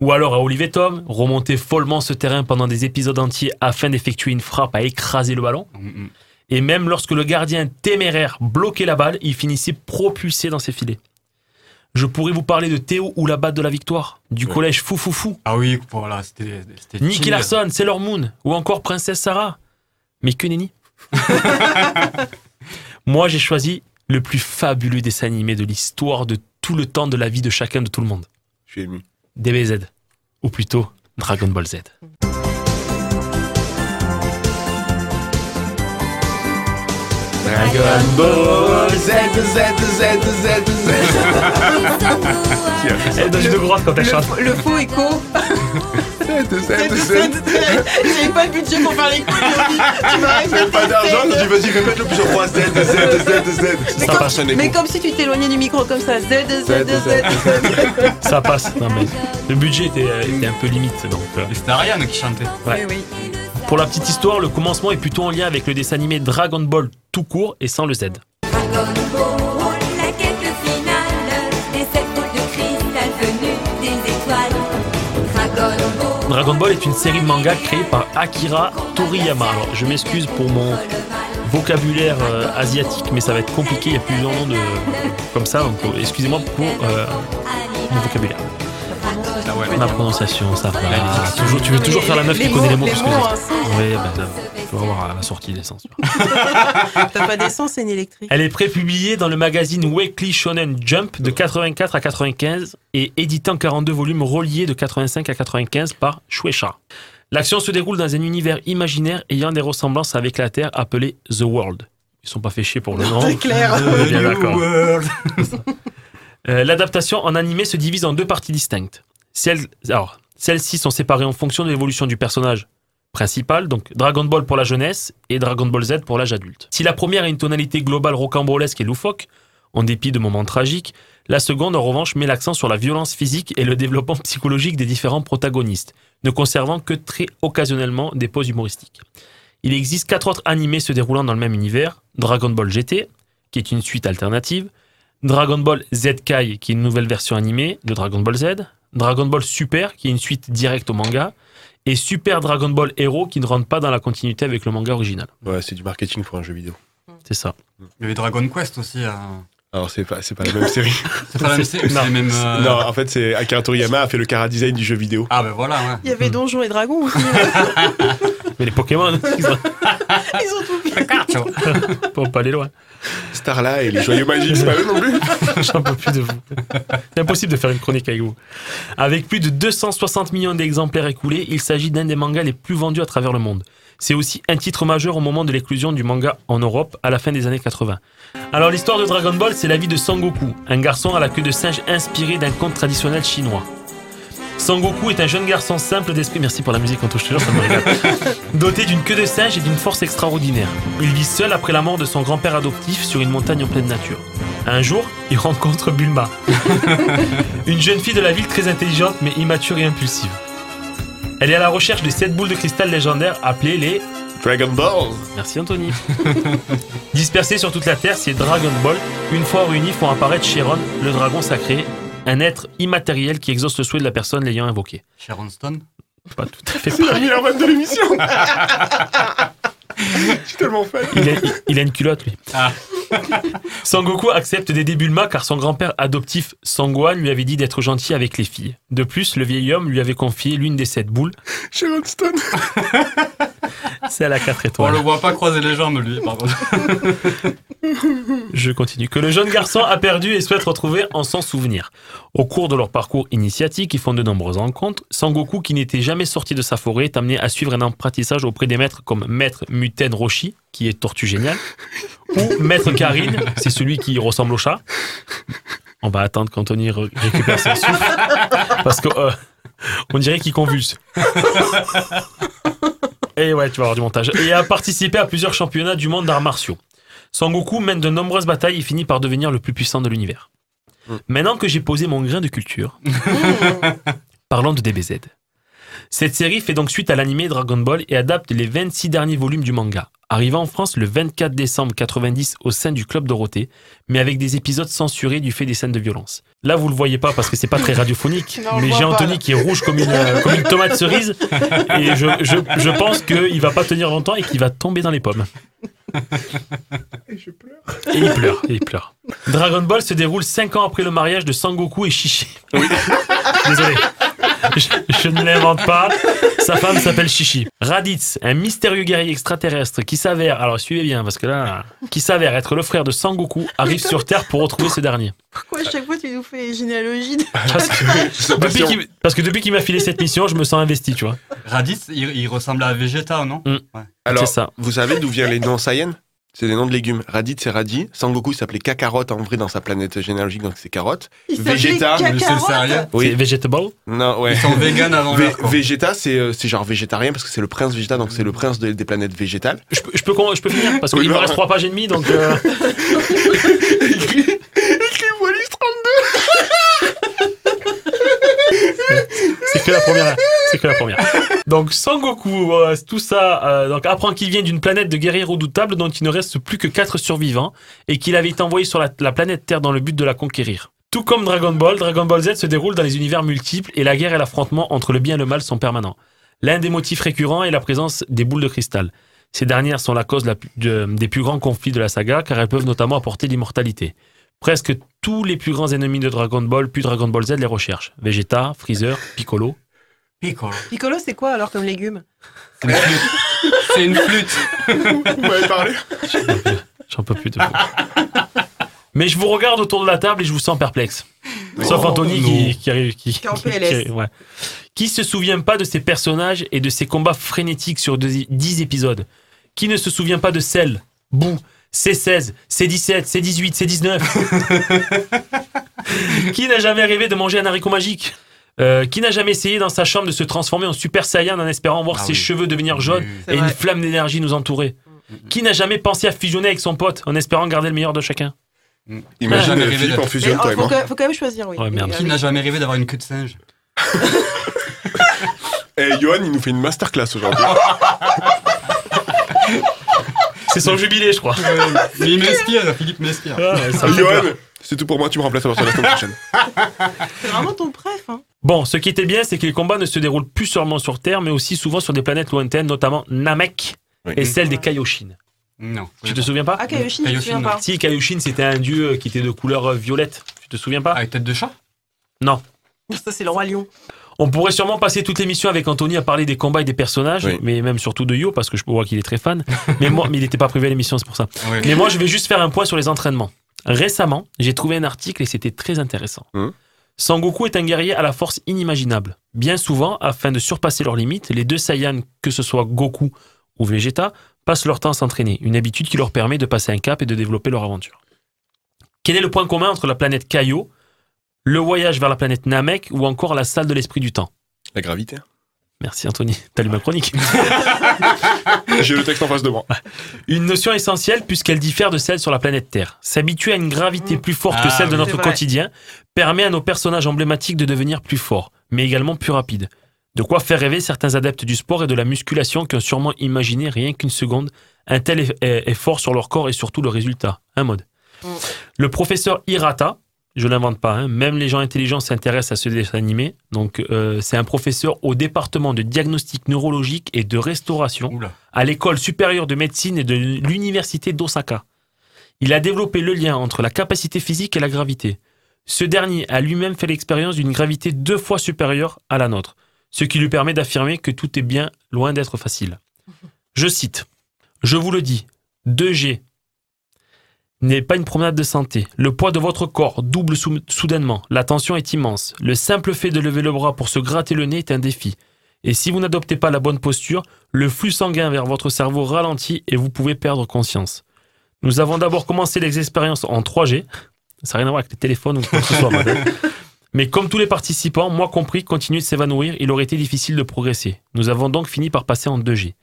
D: ou alors à Olivetum, remonter follement ce terrain pendant des épisodes entiers afin d'effectuer une frappe à écraser le ballon.
F: Mm, mm.
D: Et même lorsque le gardien téméraire bloquait la balle, il finissait propulsé dans ses filets. Je pourrais vous parler de Théo ou la batte de la victoire, du
A: Ouais.
D: collège Foufoufou,
F: Ah oui, voilà, c'était. c'était
D: Nicky
F: chill.
D: Larson, Sailor Moon ou encore Princesse Sarah. Mais que nenni. Moi, j'ai choisi le plus fabuleux dessin animé de l'histoire de tout le temps de la vie de chacun de tout le monde.
A: Je suis ému.
D: DBZ. Ou plutôt Dragon Ball Z.
A: Dragon Ball Oh, Z, Z, Z, Z, Z.
D: Elle donne Eh, de grosse quand
E: Le, le faux écho.
A: 7, 7, 7.
E: J'avais pas le budget pour faire les coups, ils ont dit, tu vas répéter
A: J'ai pas d'argent,
E: Z.
A: j'ai dit vas-y répète-le plusieurs fois, Z, Z, Z, Z.
E: Mais
A: Ça passe un
E: comme, mais
A: écho.
E: comme si tu t'éloignais du micro comme ça, Z, Z, Z, Z,
D: Ça passe. Non, mais le budget était, euh, était un peu limite. Donc, euh,
F: C'était Ariane qui chantait.
D: ouais.
E: Oui, oui.
D: Pour la petite histoire, le commencement est plutôt en lien avec le dessin animé Dragon Ball tout court et sans le Z.
H: Dragon Ball, la quête finale des sept boules de cristal venues des étoiles. Dragon Ball.
D: Dragon Ball est une série de manga créée par Akira Toriyama. Alors, je m'excuse pour mon vocabulaire euh, asiatique, mais ça va être compliqué. Il y a plusieurs noms de comme ça, donc euh, excusez-moi pour euh, mon vocabulaire.
F: Ah ouais.
D: Ma prononciation, ça va. Toujours, tu veux toujours faire la meuf qui connaît les mots
E: les
D: plus que
E: mots,
D: les
E: hein,
D: autres. Oui, ben, euh, tu vas voir à la sortie des sens.
E: T'as pas d'essence, c'est une électrique.
D: Elle est prépubliée dans le magazine Weekly Shonen Jump de 84 à 95 et éditée en 42 volumes reliés de 85 à 95 par Shueisha. L'action se déroule dans un univers imaginaire ayant des ressemblances avec la Terre appelée The World. Ils sont pas fait chier pour le nom.
E: C'est clair.
F: Ah,
D: On est bien d'accord.
F: World.
D: Euh, L'adaptation en animé se divise en deux parties distinctes. Celles, alors, celles-ci sont séparées en fonction de l'évolution du personnage principal, donc Dragon Ball pour la jeunesse et Dragon Ball Z pour l'âge adulte. Si la première a une tonalité globale rocambolesque et loufoque, en dépit de moments tragiques, la seconde en revanche met l'accent sur la violence physique et le développement psychologique des différents protagonistes, ne conservant que très occasionnellement des pauses humoristiques. Il existe quatre autres animés se déroulant dans le même univers, Dragon Ball GT, qui est une suite alternative, Dragon Ball Z Kai, qui est une nouvelle version animée de Dragon Ball Z, Dragon Ball Super, qui est une suite directe au manga, et Super Dragon Ball Hero, qui ne rentre pas dans la continuité avec le manga original.
A: Ouais, c'est du marketing pour un jeu vidéo.
D: C'est ça.
F: Il y avait Dragon Quest aussi. euh,
A: Alors c'est pas, c'est pas la même série.
F: C'est pas la même série, c'est
D: Non.
F: les mêmes. euh,
A: Non, en fait c'est Akira Toriyama a fait le cara design du jeu vidéo.
F: Ah ben voilà,
E: Il y
D: Hmm.
E: avait Donjons et Dragons aussi.
D: Mais les Pokémon, ils ont-
E: Ils ont tout
F: ouais. Ciao.
D: faut pas aller loin.
A: Starla et les joyeux magiques, c'est pas eux non plus.
D: J'en peux plus de vous. C'est impossible de faire une chronique avec vous. Avec plus de 260 millions d'exemplaires écoulés, il s'agit d'un des mangas les plus vendus à travers le monde. C'est aussi un titre majeur au moment de l'éclusion du manga en Europe à la fin des années 80. Alors l'histoire de Dragon Ball, c'est la vie de Sangoku, un garçon à la queue de singe inspiré d'un conte traditionnel chinois. Sangoku est un jeune garçon simple d'esprit, merci pour la musique en touche toujours, ça me régale. Doté d'une queue de singe et d'une force extraordinaire. Il vit seul après la mort de son grand-père adoptif sur une montagne en pleine nature. Un jour, il rencontre Bulma, une jeune fille de la ville très intelligente mais immature et impulsive. Elle est à la recherche des sept boules de cristal légendaires appelées les.
A: Dragon Ball.
D: Merci Anthony. Dispersées sur toute la Terre, ces Dragon Ball, une fois réunis, font apparaître Chiron, le dragon sacré, un être immatériel qui exauce le souhait de la personne l'ayant invoqué.
F: Sharon Stone.
D: Pas tout à fait
A: C'est la
D: pareil.
A: meilleure vanne de l'émission. Je suis tellement fan.
D: Il a, il- il a une culotte, lui.
F: Ah.
D: Sangoku accepte d'aider Bulma car son grand-père adoptif Sangwan lui avait dit d'être gentil avec les filles. De plus, le vieil homme lui avait confié l'une des sept boules.
A: Sharon Stone.
D: C'est à la 4
F: On
D: étoiles.
F: le voit pas croiser les jambes lui, par contre.
D: Je continue. Que le jeune garçon a perdu et souhaite retrouver en s'en souvenir. Au cours de leur parcours initiatique, ils font de nombreuses rencontres. Sangoku, qui n'était jamais sorti de sa forêt, est amené à suivre un apprentissage auprès des maîtres comme Maître Muten Roshi, qui est tortue géniale, ou Maître Karine, c'est celui qui ressemble au chat. On va attendre qu'Anthony re- récupère son souffle, parce que euh, on dirait qu'il convulse. Et ouais, tu vas avoir du montage. Et a participé à plusieurs championnats du monde d'arts martiaux. Sangoku mène de nombreuses batailles et finit par devenir le plus puissant de l'univers. Maintenant que j'ai posé mon grain de culture, parlons de DBZ. Cette série fait donc suite à l'animé Dragon Ball et adapte les 26 derniers volumes du manga, arrivant en France le 24 décembre 90 au sein du Club Dorothée, mais avec des épisodes censurés du fait des scènes de violence. Là, vous le voyez pas parce que c'est pas très radiophonique,
E: Non, on le
D: mais
E: voit
D: j'ai
E: pas,
D: Anthony
E: là.
D: qui est rouge comme une, euh, comme une tomate cerise, et je, je- je pense qu'il va pas tenir longtemps et qu'il va tomber dans les pommes.
A: Et je pleure.
D: Et il pleure, et il pleure. Dragon Ball se déroule 5 ans après le mariage de Sangoku et Shishi. Désolé. Je, je ne l'invente pas. Sa femme s'appelle Shishi. Raditz, un mystérieux guerrier extraterrestre qui s'avère, alors suivez bien parce que là, qui s'avère être le frère de Sangoku, arrive sur Terre pour retrouver ce dernier.
E: Pourquoi à chaque fois tu nous fais les généalogies de-
D: Parce que
A: Bah,
D: depuis qu'il- parce que depuis qu'il m'a filé cette mission, je me sens investi, tu vois.
F: Raditz, il, il ressemble à Vegeta, non
A: Alors,
D: C'est ça.
A: vous savez d'où viennent les noms Saiyan C'est des noms de légumes. Radit, c'est radis. Sangoku, il s'appelait Kakarotte en vrai dans sa planète généalogique, donc c'est carotte.
E: Il s'appelait Kakarotte
F: sérieux
A: Oui.
D: C'est vegetable
A: Non, ouais.
F: Ils sont véganes avant
A: Vé-
F: l'heure. quoi.
A: Vegeta, c'est euh, c'est genre végétarien parce que c'est le prince Vegeta, donc c'est le prince de- des planètes végétales.
D: je peux, je, peux, con- je peux finir parce
A: Oui,
D: qu'il me
A: bah.
D: reste trois pages et demie donc euh,
A: Écrit écrit Wallis 32
D: c'est que la première. là. C'est que la première. Donc Sangoku, euh, tout ça, euh, donc apprend qu'il vient d'une planète de guerriers redoutables dont il ne reste plus que quatre survivants et qu'il avait été envoyé sur la, la planète Terre dans le but de la conquérir. Tout comme Dragon Ball, Dragon Ball Z se déroule dans les univers multiples et la guerre et l'affrontement entre le bien et le mal sont permanents. L'un des motifs récurrents est la présence des boules de cristal. Ces dernières sont la cause la plus- de- des plus grands conflits de la saga car elles peuvent notamment apporter l'immortalité. Presque tous les plus grands ennemis de Dragon Ball puis Dragon Ball Z les recherchent. Vegeta, Freezer, Piccolo.
F: Piccolo.
E: Piccolo, c'est quoi alors comme légume
F: C'est une flûte. C'est une flûte.
A: Vous m'avez parlé
D: J'en peux plus de vous. Mais je vous regarde autour de la table et je vous sens perplexe. Sauf
F: Oh,
D: Anthony
F: non.
D: qui, qui arrive, qui,
E: est en PLS.
D: qui- ouais. Qui se souvient pas de ses personnages et de ses combats frénétiques sur deux- 10 épisodes Qui ne se souvient pas de Cell, Bou, C16, C17, C18, C19 Qui n'a jamais rêvé de manger un haricot magique Euh, Qui n'a jamais essayé dans sa chambre de se transformer en Super Saiyan en espérant voir
F: Ah
D: ses
F: oui.
D: cheveux devenir jaunes
E: C'est
D: et une
E: vrai.
D: flamme d'énergie nous entourer qui n'a jamais pensé à fusionner avec son pote en espérant garder le meilleur de chacun
A: Imagine
F: Jamais
A: euh,
F: rêvé
A: Philippe
F: d'être-
A: en fusion,
E: Mais, oh,
A: toi et
E: faut,
A: moi.
E: que- faut quand même choisir, oui.
D: Ouais, merde.
E: Et
F: Euh, Qui n'a
E: avec-
F: jamais rêvé d'avoir une queue de singe
A: Et Eh, Johan, il nous fait une masterclass aujourd'hui.
D: C'est son jubilé, je crois.
F: Mais il m'inspire, Philippe m'inspire.
D: Ah,
A: Johan, c'est tout pour moi, tu me remplaces à partir de la semaine prochaine.
E: C'est vraiment ton préf, hein.
D: Bon, ce qui était bien, c'est que les combats ne se déroulent plus seulement sur Terre, mais aussi souvent sur des planètes lointaines, notamment Namek
A: Oui.
D: et celle des Kaioshin.
F: Non.
D: Tu te souviens pas
E: Ah, Kaioshin, je me
F: Kaioshin,
E: souviens
F: non.
E: pas.
D: Si, Kaioshin, c'était un dieu qui était de couleur euh, violette. Tu te souviens pas
F: Avec Ah, tête de chat
E: Ça, c'est le roi lion.
D: On pourrait sûrement passer toute l'émission avec Anthony à parler des combats et des personnages,
A: Oui.
D: mais même surtout de Yo, parce que je vois qu'il est très fan. mais moi, mais il n'était pas privé à l'émission, c'est pour ça.
F: Oui.
D: Mais moi, je vais juste faire un point sur les entraînements. Récemment, j'ai trouvé un article et c'était très intéressant.
A: Mhm.
D: Sangoku est un guerrier à la force inimaginable. Bien souvent, afin de surpasser leurs limites, les deux Saiyans, que ce soit Goku ou Vegeta, passent leur temps à s'entraîner, une habitude qui leur permet de passer un cap et de développer leur aventure. Quel est le point commun entre la planète Kaio, le voyage vers la planète Namek ou encore la salle de l'esprit du temps
A: La gravité.
D: Merci Anthony, t'as lu ma chronique.
A: J'ai le texte en face de moi.
D: Une notion essentielle puisqu'elle diffère de celle sur la planète Terre. S'habituer à une gravité
E: Mmh.
D: plus forte que
F: Ah,
D: celle de
F: oui.
D: notre
E: C'est vrai.
D: quotidien permet à nos personnages emblématiques de devenir plus forts, mais également plus rapides. De quoi faire rêver certains adeptes du sport et de la musculation qui ont sûrement imaginé rien qu'une seconde un tel eff- eh, effort sur leur corps et surtout le résultat. Un mode.
E: Mmh.
D: Le professeur Hirata, je l'invente pas, hein, même les gens intelligents s'intéressent à ce dessin animé. Donc euh, c'est un professeur au département de diagnostic neurologique et de restauration
F: Oula.
D: à l'école supérieure de médecine et de l'université d'Osaka. Il a développé le lien entre la capacité physique et la gravité. Ce dernier a lui-même fait l'expérience d'une gravité deux fois supérieure à la nôtre, ce qui lui permet d'affirmer que tout est bien loin d'être facile. Je cite Je vous le dis, 2G n'est pas une promenade de santé. Le poids de votre corps double sou- soudainement. La tension est immense. Le simple fait de lever le bras pour se gratter le nez est un défi. Et si vous n'adoptez pas la bonne posture, le flux sanguin vers votre cerveau ralentit et vous pouvez perdre conscience. Nous avons d'abord commencé les expériences en 3G. Ça n'a rien à voir avec les téléphones ou quoi que ce soit. madame. Mais comme tous les participants, moi compris, continuaient de s'évanouir, il aurait été difficile de progresser. Nous avons donc fini par passer en 2G.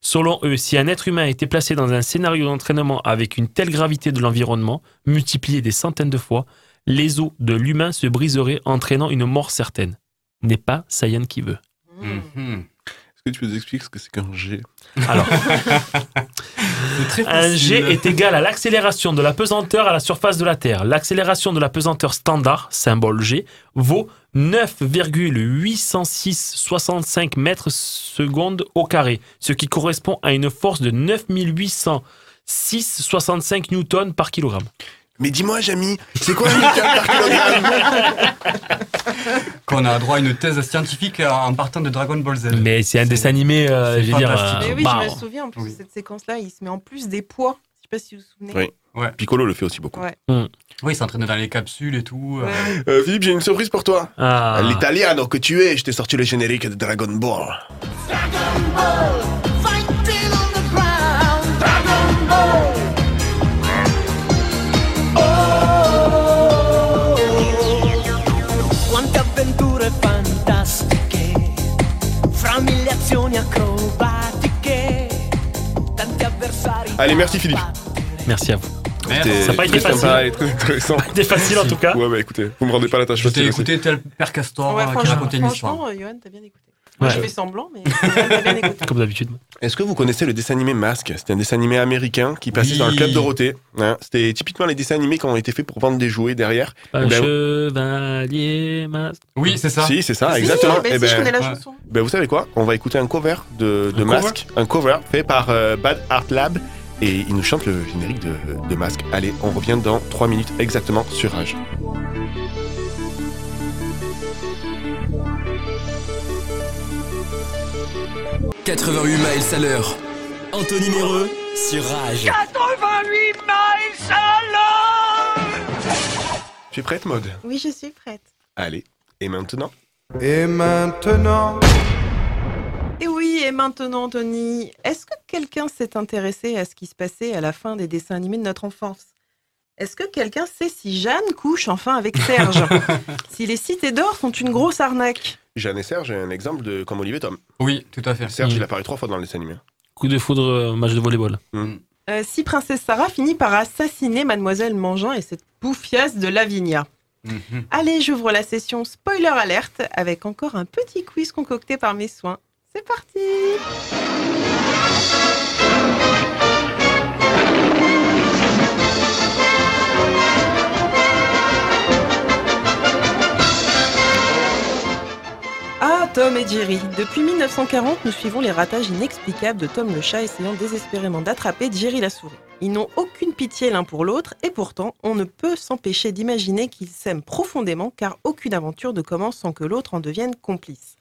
D: Selon eux, si un être humain était placé dans un scénario d'entraînement avec une telle gravité de l'environnement, multiplié des centaines de fois, les os de l'humain se briseraient, entraînant une mort certaine. N'est pas Saiyan qui veut.
F: Mhm.
A: Est-ce que tu peux nous expliquer ce que c'est qu'un G
D: Alors,
F: C'est très
D: Un
F: facile.
D: G est égal à l'accélération de la pesanteur à la surface de la Terre. L'accélération de la pesanteur standard, symbole G, vaut 9,806,65 mètres secondes au carré, ce qui correspond à une force de 9806,65 newtons par kilogramme.
A: Mais dis-moi, Jamy, c'est quoi un Newton par kilogramme
F: Qu'on a droit à une thèse scientifique en partant de Dragon Ball Z.
D: Mais Euh, c'est un
F: C'est-
D: dessin animé, euh,
F: c'est
D: je veux dire.
A: Ah,
D: euh,
F: fantastique.
E: Mais Eh oui,
D: bah,
E: je me souviens, en plus,
F: Oui.
E: cette séquence-là, il se met en plus des poids. Je sais pas si vous vous souvenez.
A: Oui. Piccolo le fait aussi beaucoup.
E: Ouais.
F: Oui, il s'entraîne dans les capsules et tout.
E: Ouais.
A: Euh, Philippe, j'ai une surprise pour toi.
D: ah.
A: L'italiano que tu es, je t'ai sorti le générique de Dragon Ball.
G: Dragon Ball, fighting on the ground. Dragon Ball, azioni acrobatiche, tanti avversari.
A: Allez, merci Philippe.
D: Merci à vous.
F: Eh,
A: C'était
D: Ça n'a pas été
A: très sympa
D: facile.
A: et très intéressant.
D: C'était facile en tout cas.
A: Ouais, bah écoutez, vous me rendez pas la tâche
F: Je t'ai
A: facile. aussi.
F: écouté tel père Castor
E: Ouais,
F: euh, qui
E: franchement,
F: racontait une histoire.
E: franchement, euh, Johan, t'as bien écouté. Moi,
A: Ouais. Ah,
E: je fais semblant, mais Johan, t'as bien écouté.
D: Comme d'habitude.
A: Est-ce que vous connaissez le dessin animé Masque C'était un dessin animé américain qui passait
F: Oui.
A: dans le club Dorothée. hein. C'était typiquement les dessins animés qui ont été faits pour vendre des jouets derrière.
D: Un
A: Eh ben,
D: chevalier masque.
F: Oui, c'est ça.
A: Si, c'est ça,
E: Si,
A: exactement.
E: Mais
A: Eh
E: si,
A: ben,
E: je connais la
F: ouais.
E: chanson.
A: ben, vous savez quoi On va écouter un cover de, de
F: Un cover
A: Masque, un cover fait par euh, Bad Art Lab et il nous chante le générique de, de Masque. Allez, on revient dans 3 minutes exactement sur Rage.
B: Anthony Méreux sur Rage.
A: Tu es prête, Maude
E: Oui, je suis prête.
A: Allez, et maintenant
K: Et maintenant,
E: Et oui, et maintenant, Tony, est-ce que quelqu'un s'est intéressé à ce qui se passait à la fin des dessins animés de notre enfance Est-ce que quelqu'un sait si Jeanne couche enfin avec Serge Si les cités d'or sont une grosse arnaque
A: Jeanne et Serge, un exemple de comme Olivier Tom.
F: Oui, tout à fait.
A: Serge,
D: Mm.
A: il apparaît trois fois dans le dessin animé.
D: Coup de foudre, euh, match de volleyball.
E: Euh, Si Princesse Sarah finit par assassiner Mademoiselle Mangin et cette bouffiasse de Lavinia
F: Mhm.
E: Allez, j'ouvre la session spoiler alerte avec encore un petit quiz concocté par mes soins. C'est parti Ah, Tom et Jerry. Depuis 1940, nous suivons les ratages inexplicables de Tom le chat essayant désespérément d'attraper Jerry la souris. Ils n'ont aucune pitié l'un pour l'autre et pourtant, on ne peut s'empêcher d'imaginer qu'ils s'aiment profondément car aucune aventure ne commence sans que l'autre en devienne complice.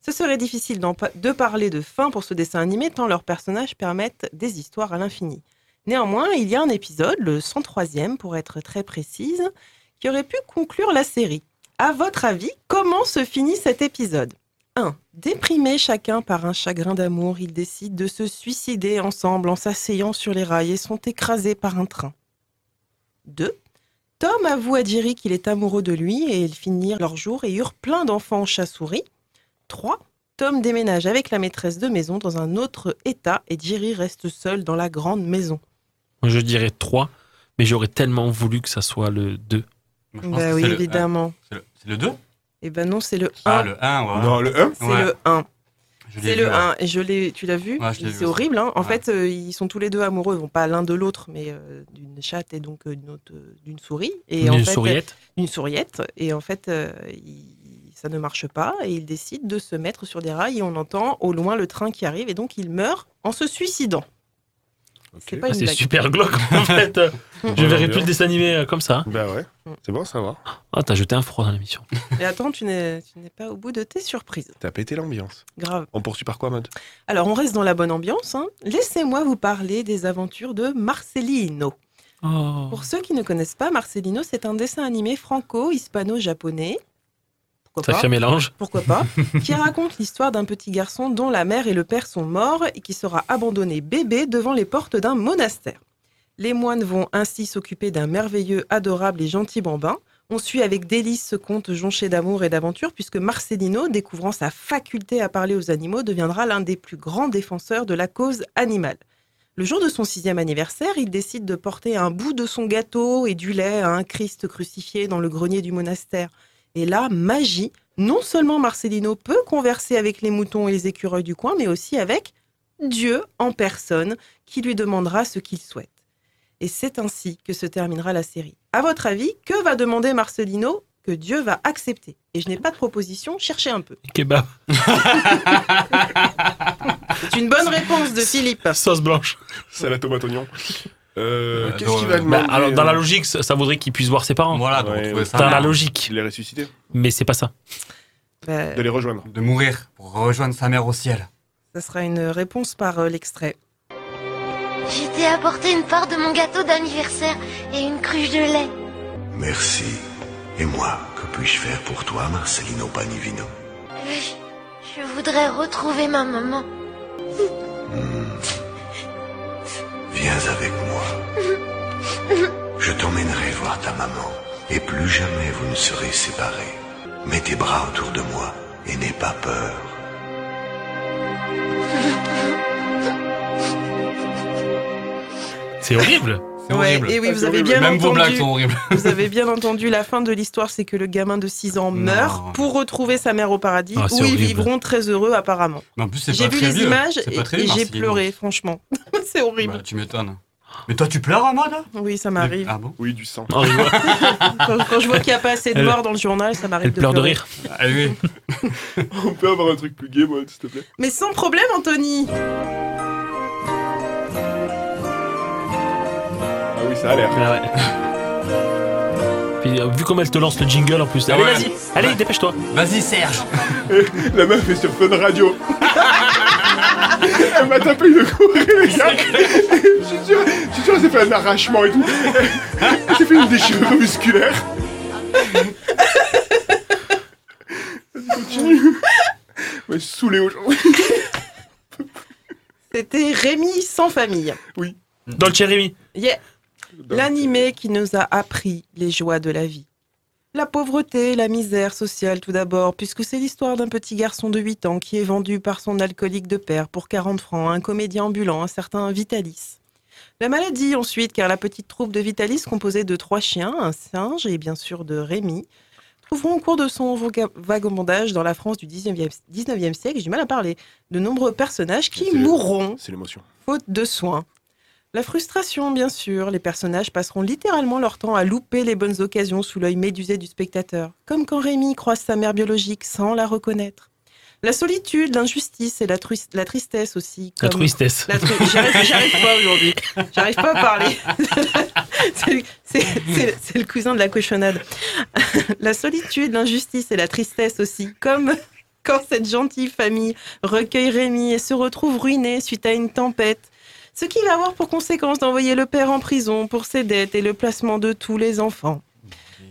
E: Ce serait difficile d'en pa- de parler de fin pour ce dessin animé tant leurs personnages permettent des histoires à l'infini. Néanmoins, il y a un épisode, le 103e pour être très précise, qui aurait pu conclure la série. À votre avis, comment se finit cet épisode 1. Déprimés chacun par un chagrin d'amour, ils décident de se suicider ensemble en s'asseyant sur les rails et sont écrasés par un train. 2. Tom avoue à Jerry qu'il est amoureux de lui et ils finirent leur jour et eurent plein d'enfants en chat-souris. 3. Tom déménage avec la maîtresse de maison dans un autre état et Jerry reste seul dans la grande maison.
D: Moi, je dirais 3, mais j'aurais tellement voulu que ça soit le 2.
F: Moi, je pense
E: Bah
F: que
E: oui,
F: c'est le-
E: évidemment.
F: C'est le- c'est le 2
E: Eh ben non, c'est le 1.
F: Ah, le 1, ouais.
A: Non, le 1
E: C'est
F: ouais.
E: le 1.
F: Je l'ai
E: C'est
F: vu,
E: le
F: ouais.
E: 1, et je l'ai, tu l'as vu,
F: Ouais, je l'ai vu
E: c'est
F: aussi.
E: horrible. hein. En
F: Ouais.
E: fait, euh, ils sont tous les deux amoureux, bon, pas l'un de l'autre, mais euh, d'une chatte et donc euh, d'une autre- euh, d'une souris. Et en
D: Une
E: fait,
D: souriette.
E: Une souriette. Et en fait, euh, il- ça ne marche pas, et ils décident de se mettre sur des rails, et on entend au loin le train qui arrive, et donc ils meurent en se suicidant. C'est pas
D: Ah,
E: une
D: C'est
E: blague.
D: super glauque en fait. Je verrai plus le dessin animé euh, comme ça.
A: Bah ouais, c'est bon à savoir.
D: Ah, t'as jeté un froid dans l'émission.
E: Et attends, tu n'es tu n'es pas au bout de tes surprises.
A: T'as pété l'ambiance.
E: Grave.
A: On poursuit par quoi, Maude
E: Alors, on reste dans la bonne ambiance. hein. Laissez-moi vous parler des aventures de Marcelino.
D: Oh.
E: Pour ceux qui ne connaissent pas, Marcelino, c'est un dessin animé franco-hispano-japonais. Pourquoi
D: Ça
E: pas
D: fait un mélange.
E: pourquoi pas, qui raconte l'histoire d'un petit garçon dont la mère et le père sont morts et qui sera abandonné bébé devant les portes d'un monastère. Les moines vont ainsi s'occuper d'un merveilleux, adorable et gentil bambin. On suit avec délice ce conte jonché d'amour et d'aventure puisque Marcelino, découvrant sa faculté à parler aux animaux, deviendra l'un des plus grands défenseurs de la cause animale. Le jour de son sixième anniversaire, il décide de porter un bout de son gâteau et du lait à un Christ crucifié dans le grenier du monastère. Et là, magie, non seulement Marcelino peut converser avec les moutons et les écureuils du coin, mais aussi avec Dieu en personne, qui lui demandera ce qu'il souhaite. Et c'est ainsi que se terminera la série. À votre avis, que va demander Marcelino que Dieu va accepter Et je n'ai pas de proposition, cherchez un peu.
D: Kebab.
E: C'est une bonne réponse de Philippe.
D: Sauce blanche.
A: C'est la tomate oignon. Euh,
F: Euh,
A: Qu'est-ce
F: dans,
A: qu'il va
F: euh,
D: Bah,
A: demander
D: alors, dans la
A: euh,
D: logique, ça ça voudrait qu'il puisse voir ses parents.
F: Voilà, donc
A: Ouais,
F: on
A: ouais.
F: trouvait ça.
D: Dans la
F: marrant.
D: logique.
A: Il est ressuscité.
D: Mais c'est pas ça.
E: Bah,
A: De les rejoindre.
F: De mourir pour rejoindre sa mère au ciel.
E: ça sera une réponse par euh, l'extrait.
L: Je t'ai apporté une part de mon gâteau d'anniversaire et une cruche de lait.
K: merci. Et moi, que puis-je faire pour toi, Marcelino Panivino
L: Euh, Je, je voudrais retrouver ma maman.
K: Viens avec moi. Je t'emmènerai voir ta maman, et plus jamais vous ne serez séparés. Mets tes bras autour de moi, et n'aie pas peur.
D: C'est horrible.
F: C'est
E: Ouais,
F: horrible.
E: et oui, vous
F: C'est
E: avez
F: horrible.
E: bien
F: Même vos
E: entendu.
F: blagues sont horribles.
E: Vous avez bien entendu, la fin de l'histoire, c'est que le gamin de 6 ans meurt pour retrouver sa mère au paradis,
F: Ah,
E: où
F: c'est
E: ils
F: horrible.
E: vivront très heureux apparemment.
F: Mais en plus, c'est
E: J'ai
F: pas
E: vu
F: très
E: les
F: vieux.
E: images
F: C'est
E: et,
F: pas très
E: et
F: vieux,
E: j'ai
F: Marseillais,
E: pleuré, franchement. c'est horrible.
F: Bah, tu m'étonnes. Mais toi, tu pleures, Amanda
E: Oui, ça m'arrive.
F: Ah bon
A: Oui, du sang.
E: Quand, quand je vois qu'il n'y a pas assez de
F: Ah. Elle-
E: morts dans le journal, ça m'arrive de pleurer.
F: Ah oui.
A: On peut avoir un truc plus gay, moi, s'il te plaît.
E: Mais sans problème, Anthony
A: Ah oui, ça a l'air.
D: Ah ouais. Puis, euh, vu comme elle te lance le jingle en plus.
A: Ah
D: Allez,
A: ouais.
D: vas-y, allez, dépêche-toi.
F: Vas-y, Serge.
A: La meuf est sur Fun Radio. Elle m'a tapé une courée, les gars. Je suis sûr, je suis sûr, elle s'est fait un arrachement et tout. Elle s'est fait une déchirure musculaire. Vas-y, continue. Ouais, je suis saoulé aujourd'hui.
E: C'était Rémi sans famille.
A: Oui.
D: Dans le Rémi.
E: Yeah. L'animé qui nous a appris les joies de la vie. La pauvreté, la misère sociale tout d'abord, puisque c'est l'histoire d'un petit garçon de 8 ans qui est vendu par son alcoolique de père pour 40 francs à un comédien ambulant, un certain Vitalis. La maladie ensuite, car la petite troupe de Vitalis, composée de trois chiens, un singe et bien sûr de Rémi, trouveront au cours de son voga- vagabondage dans la France du 19e, 19e siècle, j'ai du mal à parler, de nombreux personnages qui mourront
A: C'est l'émotion.
E: faute de soins. La frustration, bien sûr, les personnages passeront littéralement leur temps à louper les bonnes occasions sous l'œil médusé du spectateur, comme quand Rémi croise sa mère biologique sans la reconnaître. La solitude, l'injustice et la, truis- la tristesse aussi.
D: La
E: comme-
D: tristesse.
E: La tru- J'arrive j'arrive pas aujourd'hui. J'arrive pas à parler. C'est- c'est- C'est c'est le cousin de la cochonnade. la solitude, l'injustice et la tristesse aussi, comme quand cette gentille famille recueille Rémi et se retrouve ruinée suite à une tempête. Ce qui va avoir pour conséquence d'envoyer le père en prison pour ses dettes et le placement de tous les enfants.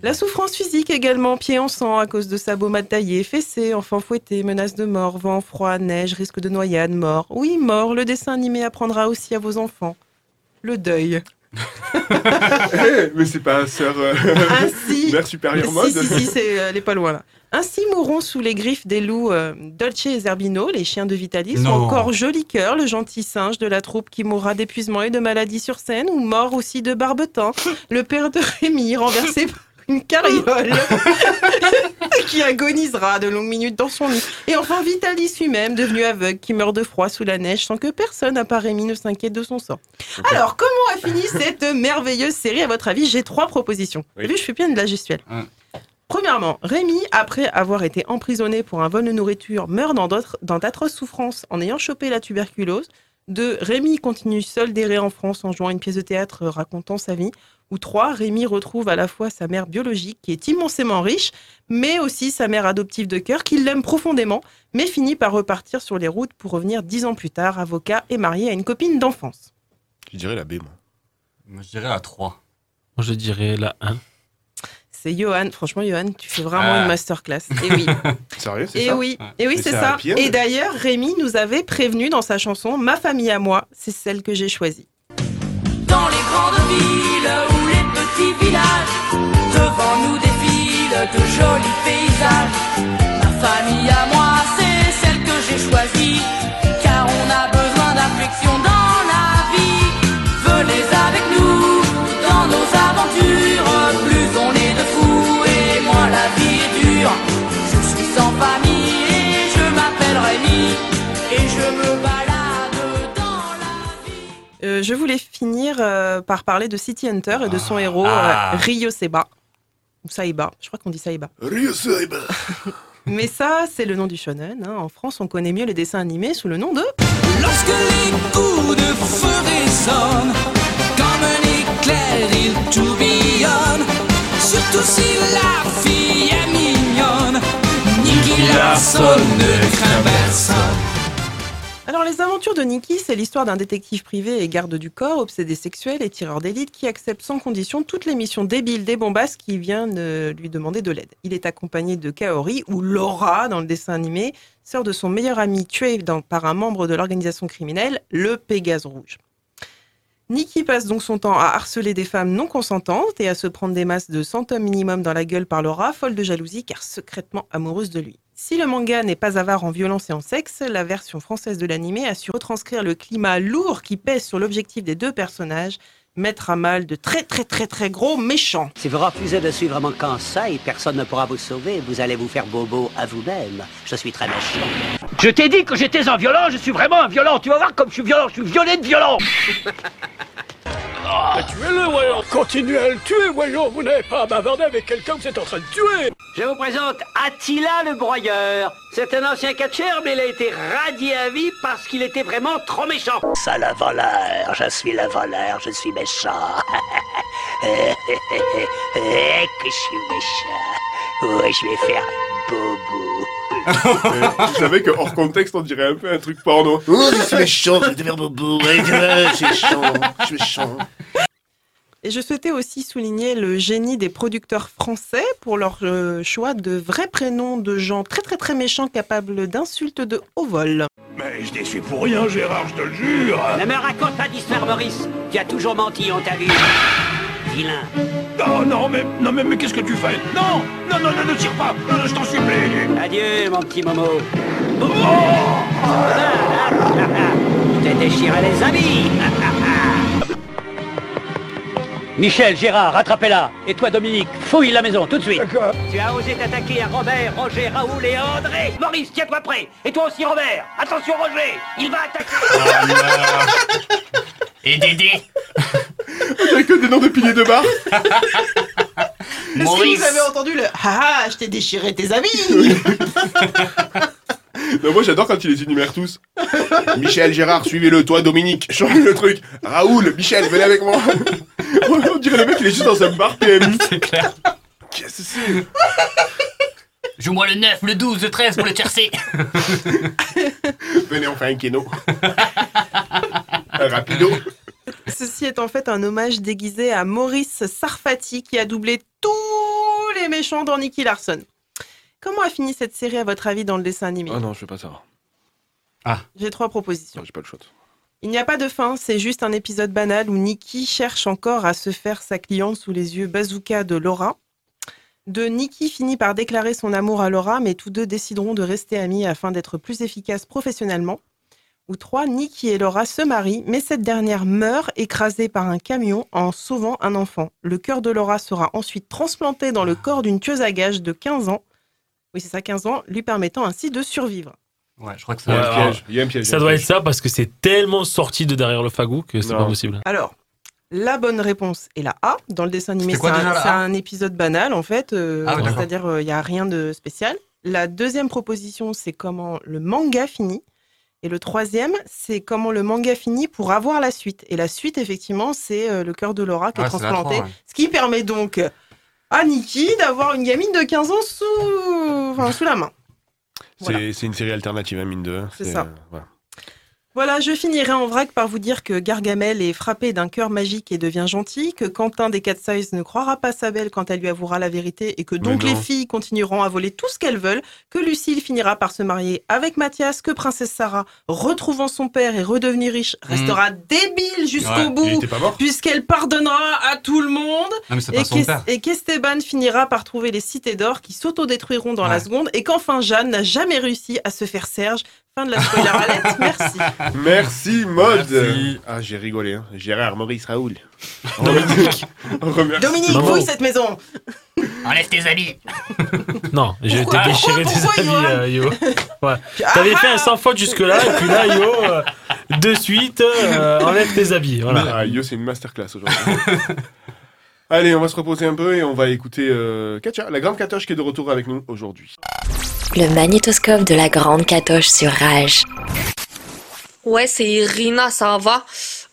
E: La souffrance physique également, pied en sang à cause de sabots mal taillés, fessés, enfants fouettés, menaces de mort, vent, froid, neige, risque de noyade, mort. Oui, mort, le dessin animé apprendra aussi à vos enfants. Le deuil.
A: Eh, mais c'est pas un sœur. Euh, mère supérieure mode.
E: Ah, Si, si, si, c'est, euh, elle est pas loin là. Ainsi mourront sous les griffes des loups euh, Dolce et Zerbino, les chiens de Vitalis, ou
A: Non.
E: encore Joli Cœur, le gentil singe de la troupe qui mourra d'épuisement et de maladie sur scène, ou mort aussi de Barbetan, le père de Rémi, renversé par une carriole qui agonisera de longues minutes dans son lit. Et enfin Vitalis lui-même, devenu aveugle, qui meurt de froid sous la neige sans que personne, à part Rémi, ne s'inquiète de son sort. Alors, comment a fini cette merveilleuse série, à votre avis J'ai trois propositions. Vous avez Vu, je fais bien de la gestuelle. Premièrement, Rémi, après avoir été emprisonné pour un vol de nourriture, meurt dans d'autres- dans d'atroces souffrances en ayant chopé la tuberculose. Deux, Rémi continue seul d'errer en France en jouant à une pièce de théâtre euh, racontant sa vie. Ou trois, Rémi retrouve à la fois sa mère biologique, qui est immensément riche, mais aussi sa mère adoptive de cœur, qui l'aime profondément, mais finit par repartir sur les routes pour revenir dix ans plus tard, avocat et marié à une copine d'enfance.
A: Je dirais la B, moi.
F: Moi, je dirais à 3.
D: Moi, je dirais la 1.
E: C'est Johan. Franchement, Johan, tu fais vraiment
D: Ah.
E: une masterclass. Et oui.
A: Sérieux,
E: Et Eh oui, et oui, c'est ça. Et d'ailleurs, Rémi nous avait prévenu dans sa chanson Ma famille à moi, c'est celle que j'ai choisie.
C: Dans les grandes villes ou les petits villages, devant nous défilent de jolis paysages. Ma famille à moi, c'est celle que j'ai choisie, car on a besoin d'affection dans la vie. Venez avec nous dans nos aventures, plus on est de fous et moins la vie est dure. Je suis sans famille et je m'appelle Rémi et je me balade dans
E: Euh, je voulais finir euh, par parler de City Hunter et de son héros
C: Ah.
E: euh, Ryo Seba. Ou Saiba, je crois qu'on dit Saiba. Mais ça, c'est le nom du shonen. hein. En France, on connaît mieux les dessins animés sous le nom de...
C: Lorsque les coups de feu résonnent, comme un éclair, il tourbillonne. Surtout si la fille est mignonne, Nicky Larson ne craint personne.
E: Alors, les aventures de Nikki, c'est l'histoire d'un détective privé et garde du corps, obsédé sexuel et tireur d'élite qui accepte sans condition toutes les missions débiles des bombasses qui viennent euh, lui demander de l'aide. Il est accompagné de Kaori ou Laura dans le dessin animé, sœur de son meilleur ami tué dans- par un membre de l'organisation criminelle, le Pégase Rouge. Nikki passe donc son temps à harceler des femmes non consentantes et à se prendre des masses de 100 tomes minimum dans la gueule par Laura, folle de jalousie car secrètement amoureuse de lui. Si le manga n'est pas avare en violence et en sexe, la version française de l'animé a su retranscrire le climat lourd qui pèse sur l'objectif des deux personnages, mettre à mal de très très très très gros méchants.
M: Si vous refusez de suivre mon conseil, personne ne pourra vous sauver. Vous allez vous faire bobo à vous-même. Je suis très méchant.
N: Je t'ai dit que j'étais un violent, je suis vraiment un violent. Tu vas voir comme je suis violent, je suis violet de violent.
O: Tuez-le, voyons Continuez à le tuer, voyons Vous n'avez pas à bavarder avec quelqu'un que vous êtes en train de tuer
M: Je vous présente Attila le broyeur. C'est un ancien catcheur, mais il a été radié à vie parce qu'il était vraiment trop méchant.
P: Ça le voleur, je suis le voleur, je suis méchant. Eh, que je suis méchant. Ouais, je vais faire bobo.
A: Eh, Je savais que hors contexte, on dirait un peu un truc porno. Oh, je suis méchant, je vais devenir bobo. ouais, ouais, je suis méchant, je suis méchant.
E: Et je souhaitais aussi souligner le génie des producteurs français pour leur euh, choix de vrais prénoms de gens très très très méchants capables d'insultes de haut vol.
O: Mais je t'ai su pour rien, Gérard, je te le jure
M: Ne me raconte pas d'histoire, Maurice. Tu as toujours menti, on t'a vu. Vilain.
O: Non, non, mais, non, mais, mais qu'est-ce que tu fais Non Non, non, non, ne tire pas Non, non, je t'en supplie Oh!
M: Adieu, mon petit Momo. Ah, Tu t'es déchiré ah. les habits. Michel, Gérard, rattrapez-la. Et toi, Dominique, fouille la maison tout de suite. Tu as osé t'attaquer à Robert, Roger, Raoul et André. Maurice, tiens-toi prêt. Et toi aussi, Robert. Attention, Roger. Il va attaquer.
F: Et Dédé
A: On dirait que des noms de piliers de bar.
E: Est-ce que vous avez entendu le Ah, ah, je t'ai déchiré tes habits
A: Non, moi j'adore quand ils les énumèrent tous. Michel, Gérard, suivez-le, toi Dominique, change le truc. Raoul, Michel, venez avec moi. On dirait le mec, il est juste dans sa barre PMI.
F: C'est clair.
A: Qu'est-ce que c'est
N: Joue-moi le 9, le 12, le 13 pour le tiercé.
A: Venez, on fait un keno. Un rapido.
E: Ceci est en fait un hommage déguisé à Maurice Sarfati qui a doublé tous les méchants dans Nicky Larson. Comment a fini cette série à votre avis dans le dessin animé
J: Euh.
A: Oh non, je veux pas savoir.
E: J'ai trois propositions.
A: Non, j'ai pas le choix.
E: Il n'y a pas de fin, c'est juste un épisode banal où Nikki cherche encore à se faire sa cliente sous les yeux bazooka de Laura. De Nikki finit par déclarer son amour à Laura, mais tous deux décideront de rester amis afin d'être plus efficaces professionnellement. Ou trois, Nikki et Laura se marient, mais cette dernière meurt écrasée par un camion en sauvant un enfant. Le cœur de Laura sera ensuite transplanté dans le corps d'une tueuse à gages de 15 ans. Oui, c'est ça, 15 ans, lui permettant ainsi de survivre.
F: Ouais, je crois que
A: Il y a un
F: ça.
A: piège, il y a un piège.
D: Ça doit être ça parce que c'est tellement sorti de derrière le fagot que c'est
A: Non.
D: pas possible.
E: Alors, la bonne réponse est la A. Dans le dessin animé,
F: C'était quoi
E: c'est
F: déjà
E: un,
F: la
E: c'est
F: A
E: un épisode banal, en fait. euh,
F: Ah oui, d'accord.
E: C'est-à-dire, il n'y a rien de spécial. La deuxième proposition, c'est comment le manga finit. Et le troisième, c'est comment le manga finit pour avoir la suite. Et la suite, effectivement, c'est euh, le cœur de Laura qui
F: Ouais,
E: est
F: Ah, c'est la
E: transplanté.
F: trois, ouais.
E: Ce qui permet donc à Nikki d'avoir une gamine de 15 ans sous, enfin, sous la main. Voilà.
A: C'est c'est une série alternative, à mine de. hein.
E: C'est ça.
A: euh, voilà.
E: Voilà, je finirai en vrac par vous dire que Gargamel est frappé d'un cœur magique et devient gentil, que Quentin des Cat Size ne croira pas sa belle quand elle lui avouera la vérité et que
A: Mais
E: donc
A: non.
E: les filles continueront à voler tout ce qu'elles veulent, que Lucille finira par se marier avec Mathias, que Princesse Sarah, retrouvant son père et redevenue riche, restera débile jusqu'au
F: Hmm. Ouais, il
A: Il
E: bout,
A: était pas mort
E: puisqu'elle pardonnera à tout le monde
F: Non, mais c'est
E: et
F: pas son
E: qu'Es-
F: père.
E: et qu'Esteban finira par trouver les cités d'or qui s'autodétruiront dans la
F: Ouais.
E: seconde et qu'enfin Jeanne n'a jamais réussi à se faire Serge. Fin de la spoiler alert, merci.
A: Merci, mode
F: Merci.
A: Ah, j'ai rigolé. Hein. Gérard, Maurice, Raoul. Dominique.
E: Dominique,
D: Bravo.
E: fouille cette maison
N: Enlève tes habits.
D: Non, je vais
E: Pourquoi-
D: te déchirer
E: pourquoi-
D: tes
E: pourquoi,
D: habits,
E: Johan
D: euh, Yo. Ouais. T'avais fait un sans faute jusque-là, et puis là, Yo, euh, de suite, euh, enlève tes habits. Voilà.
A: Ah, yo, c'est une masterclass aujourd'hui. Allez, on va se reposer un peu et on va écouter euh, Katia, la grande Katoche qui est de retour avec nous aujourd'hui.
Q: Le magnétoscope de la grande catoche sur Rage.
R: Ouais, c'est Rina, ça va.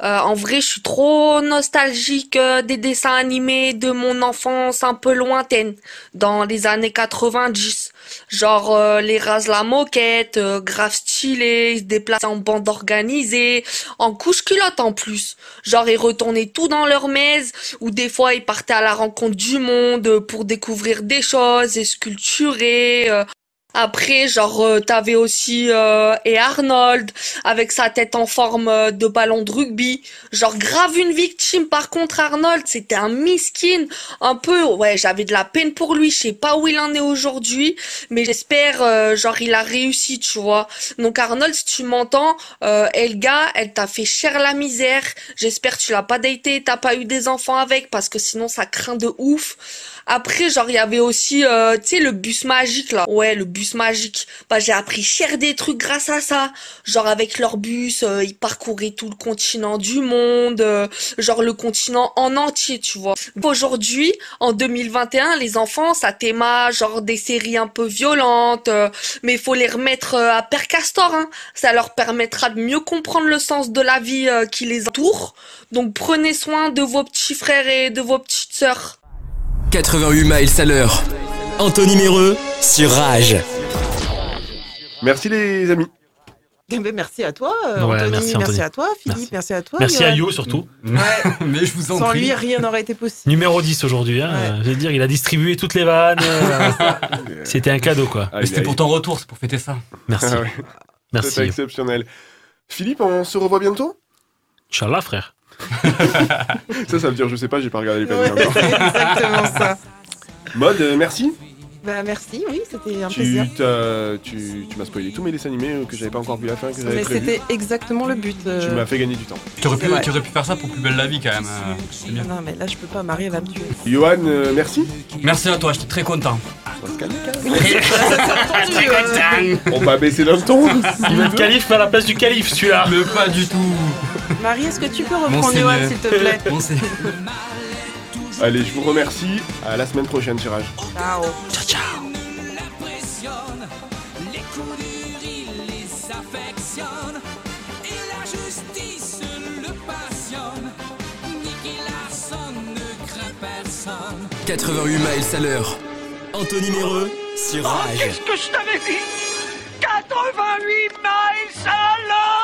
R: Euh, en vrai, je suis trop nostalgique euh, des dessins animés de mon enfance un peu lointaine, dans les années 90. Genre euh, les Raz la moquette, euh, grave stylé, ils se déplaçaient en bande organisée, en couche-culotte en plus. Genre ils retournaient tout dans leur mèze, ou des fois ils partaient à la rencontre du monde euh, pour découvrir des choses et se culturer. euh. Après, genre, euh, t'avais aussi euh, et Arnold avec sa tête en forme euh, de ballon de rugby. Genre, grave une victime. Par contre, Arnold, c'était un miskin. Un peu, ouais, j'avais de la peine pour lui. Je sais pas où il en est aujourd'hui, mais j'espère, euh, genre, il a réussi, tu vois. Donc, Arnold, si tu m'entends, euh, Elga, elle t'a fait cher la misère. J'espère que tu l'as pas daté, t'as pas eu des enfants avec, parce que sinon, ça craint de ouf. Après, genre, il y avait aussi, euh, tu sais, le bus magique, là. Ouais, le bus magique. Bah, j'ai appris cher des trucs grâce à ça. Genre, avec leur bus, euh, ils parcouraient tout le continent du monde, euh, genre le continent en entier, tu vois. Aujourd'hui, en 2021, les enfants, ça théma, genre des séries un peu violentes, euh, mais faut les remettre euh, à Père Castor, hein. Ça leur permettra de mieux comprendre le sens de la vie euh, qui les entoure. Donc, prenez soin de vos petits frères et de vos petites sœurs.
S: 88 miles à l'heure. Anthony Méreux sur Rage.
A: Merci les amis.
E: Eh ben, merci à toi, euh,
D: Ouais,
E: Anthony,
D: merci,
E: merci,
D: Anthony.
E: à toi, Philippe, merci, à toi.
D: Merci à
E: Johan.
D: You surtout.
F: Mais je vous en
E: Sans
D: prie.
E: lui, rien n'aurait été possible.
D: Numéro 10 aujourd'hui. Hein. euh, Je veux dire, il a distribué toutes les vannes. euh, C'était un cadeau, quoi.
F: Mais c'était pour ton retour, c'est pour fêter ça.
D: Merci.
A: Ah Euh, ouais.
D: Merci.
A: C'était exceptionnel. Philippe, on se revoit bientôt
D: Inch'Allah, frère.
A: Ça, ça veut dire, je sais pas, j'ai pas regardé les
D: bah,
A: paniers
E: Ouais,
A: encore.
E: c'est exactement ça.
A: Mode, euh, merci.
E: Bah, merci, oui, c'était un
A: Tu,
E: plaisir.
A: t'as- tu, tu m'as spoilé tous mes dessins animés euh, que j'avais pas encore vu la fin, que j'avais
E: Mais
A: prévu.
E: c'était exactement le but. euh.
A: Tu m'as fait gagner du temps.
F: Tu aurais, pu,
E: Ouais.
F: tu aurais pu faire ça pour plus belle la vie quand même. euh, c'est bien.
E: Non, mais là, je peux pas, Marie, elle va me tuer.
A: Johan, euh, merci.
F: Merci à toi, j'étais très content.
E: Très
A: On va baisser le ton.
D: Il va être calife à la place du calife,
E: Ah.
D: celui-là.
F: Mais pas du tout.
E: Marie, est-ce que tu peux reprendre Johan, s'il te plaît
A: Allez, je vous remercie. À la semaine prochaine, sur Rage.
E: Ciao.
B: Ciao, ciao. L'impressionne, les coups durs, il les affectionne. Et la justice le passionne. Nicky Larson ne craint personne.
S: 88 miles à l'heure. Anthony Méreux sur Rage.
P: Qu'est-ce que je t'avais dit 88 miles à l'heure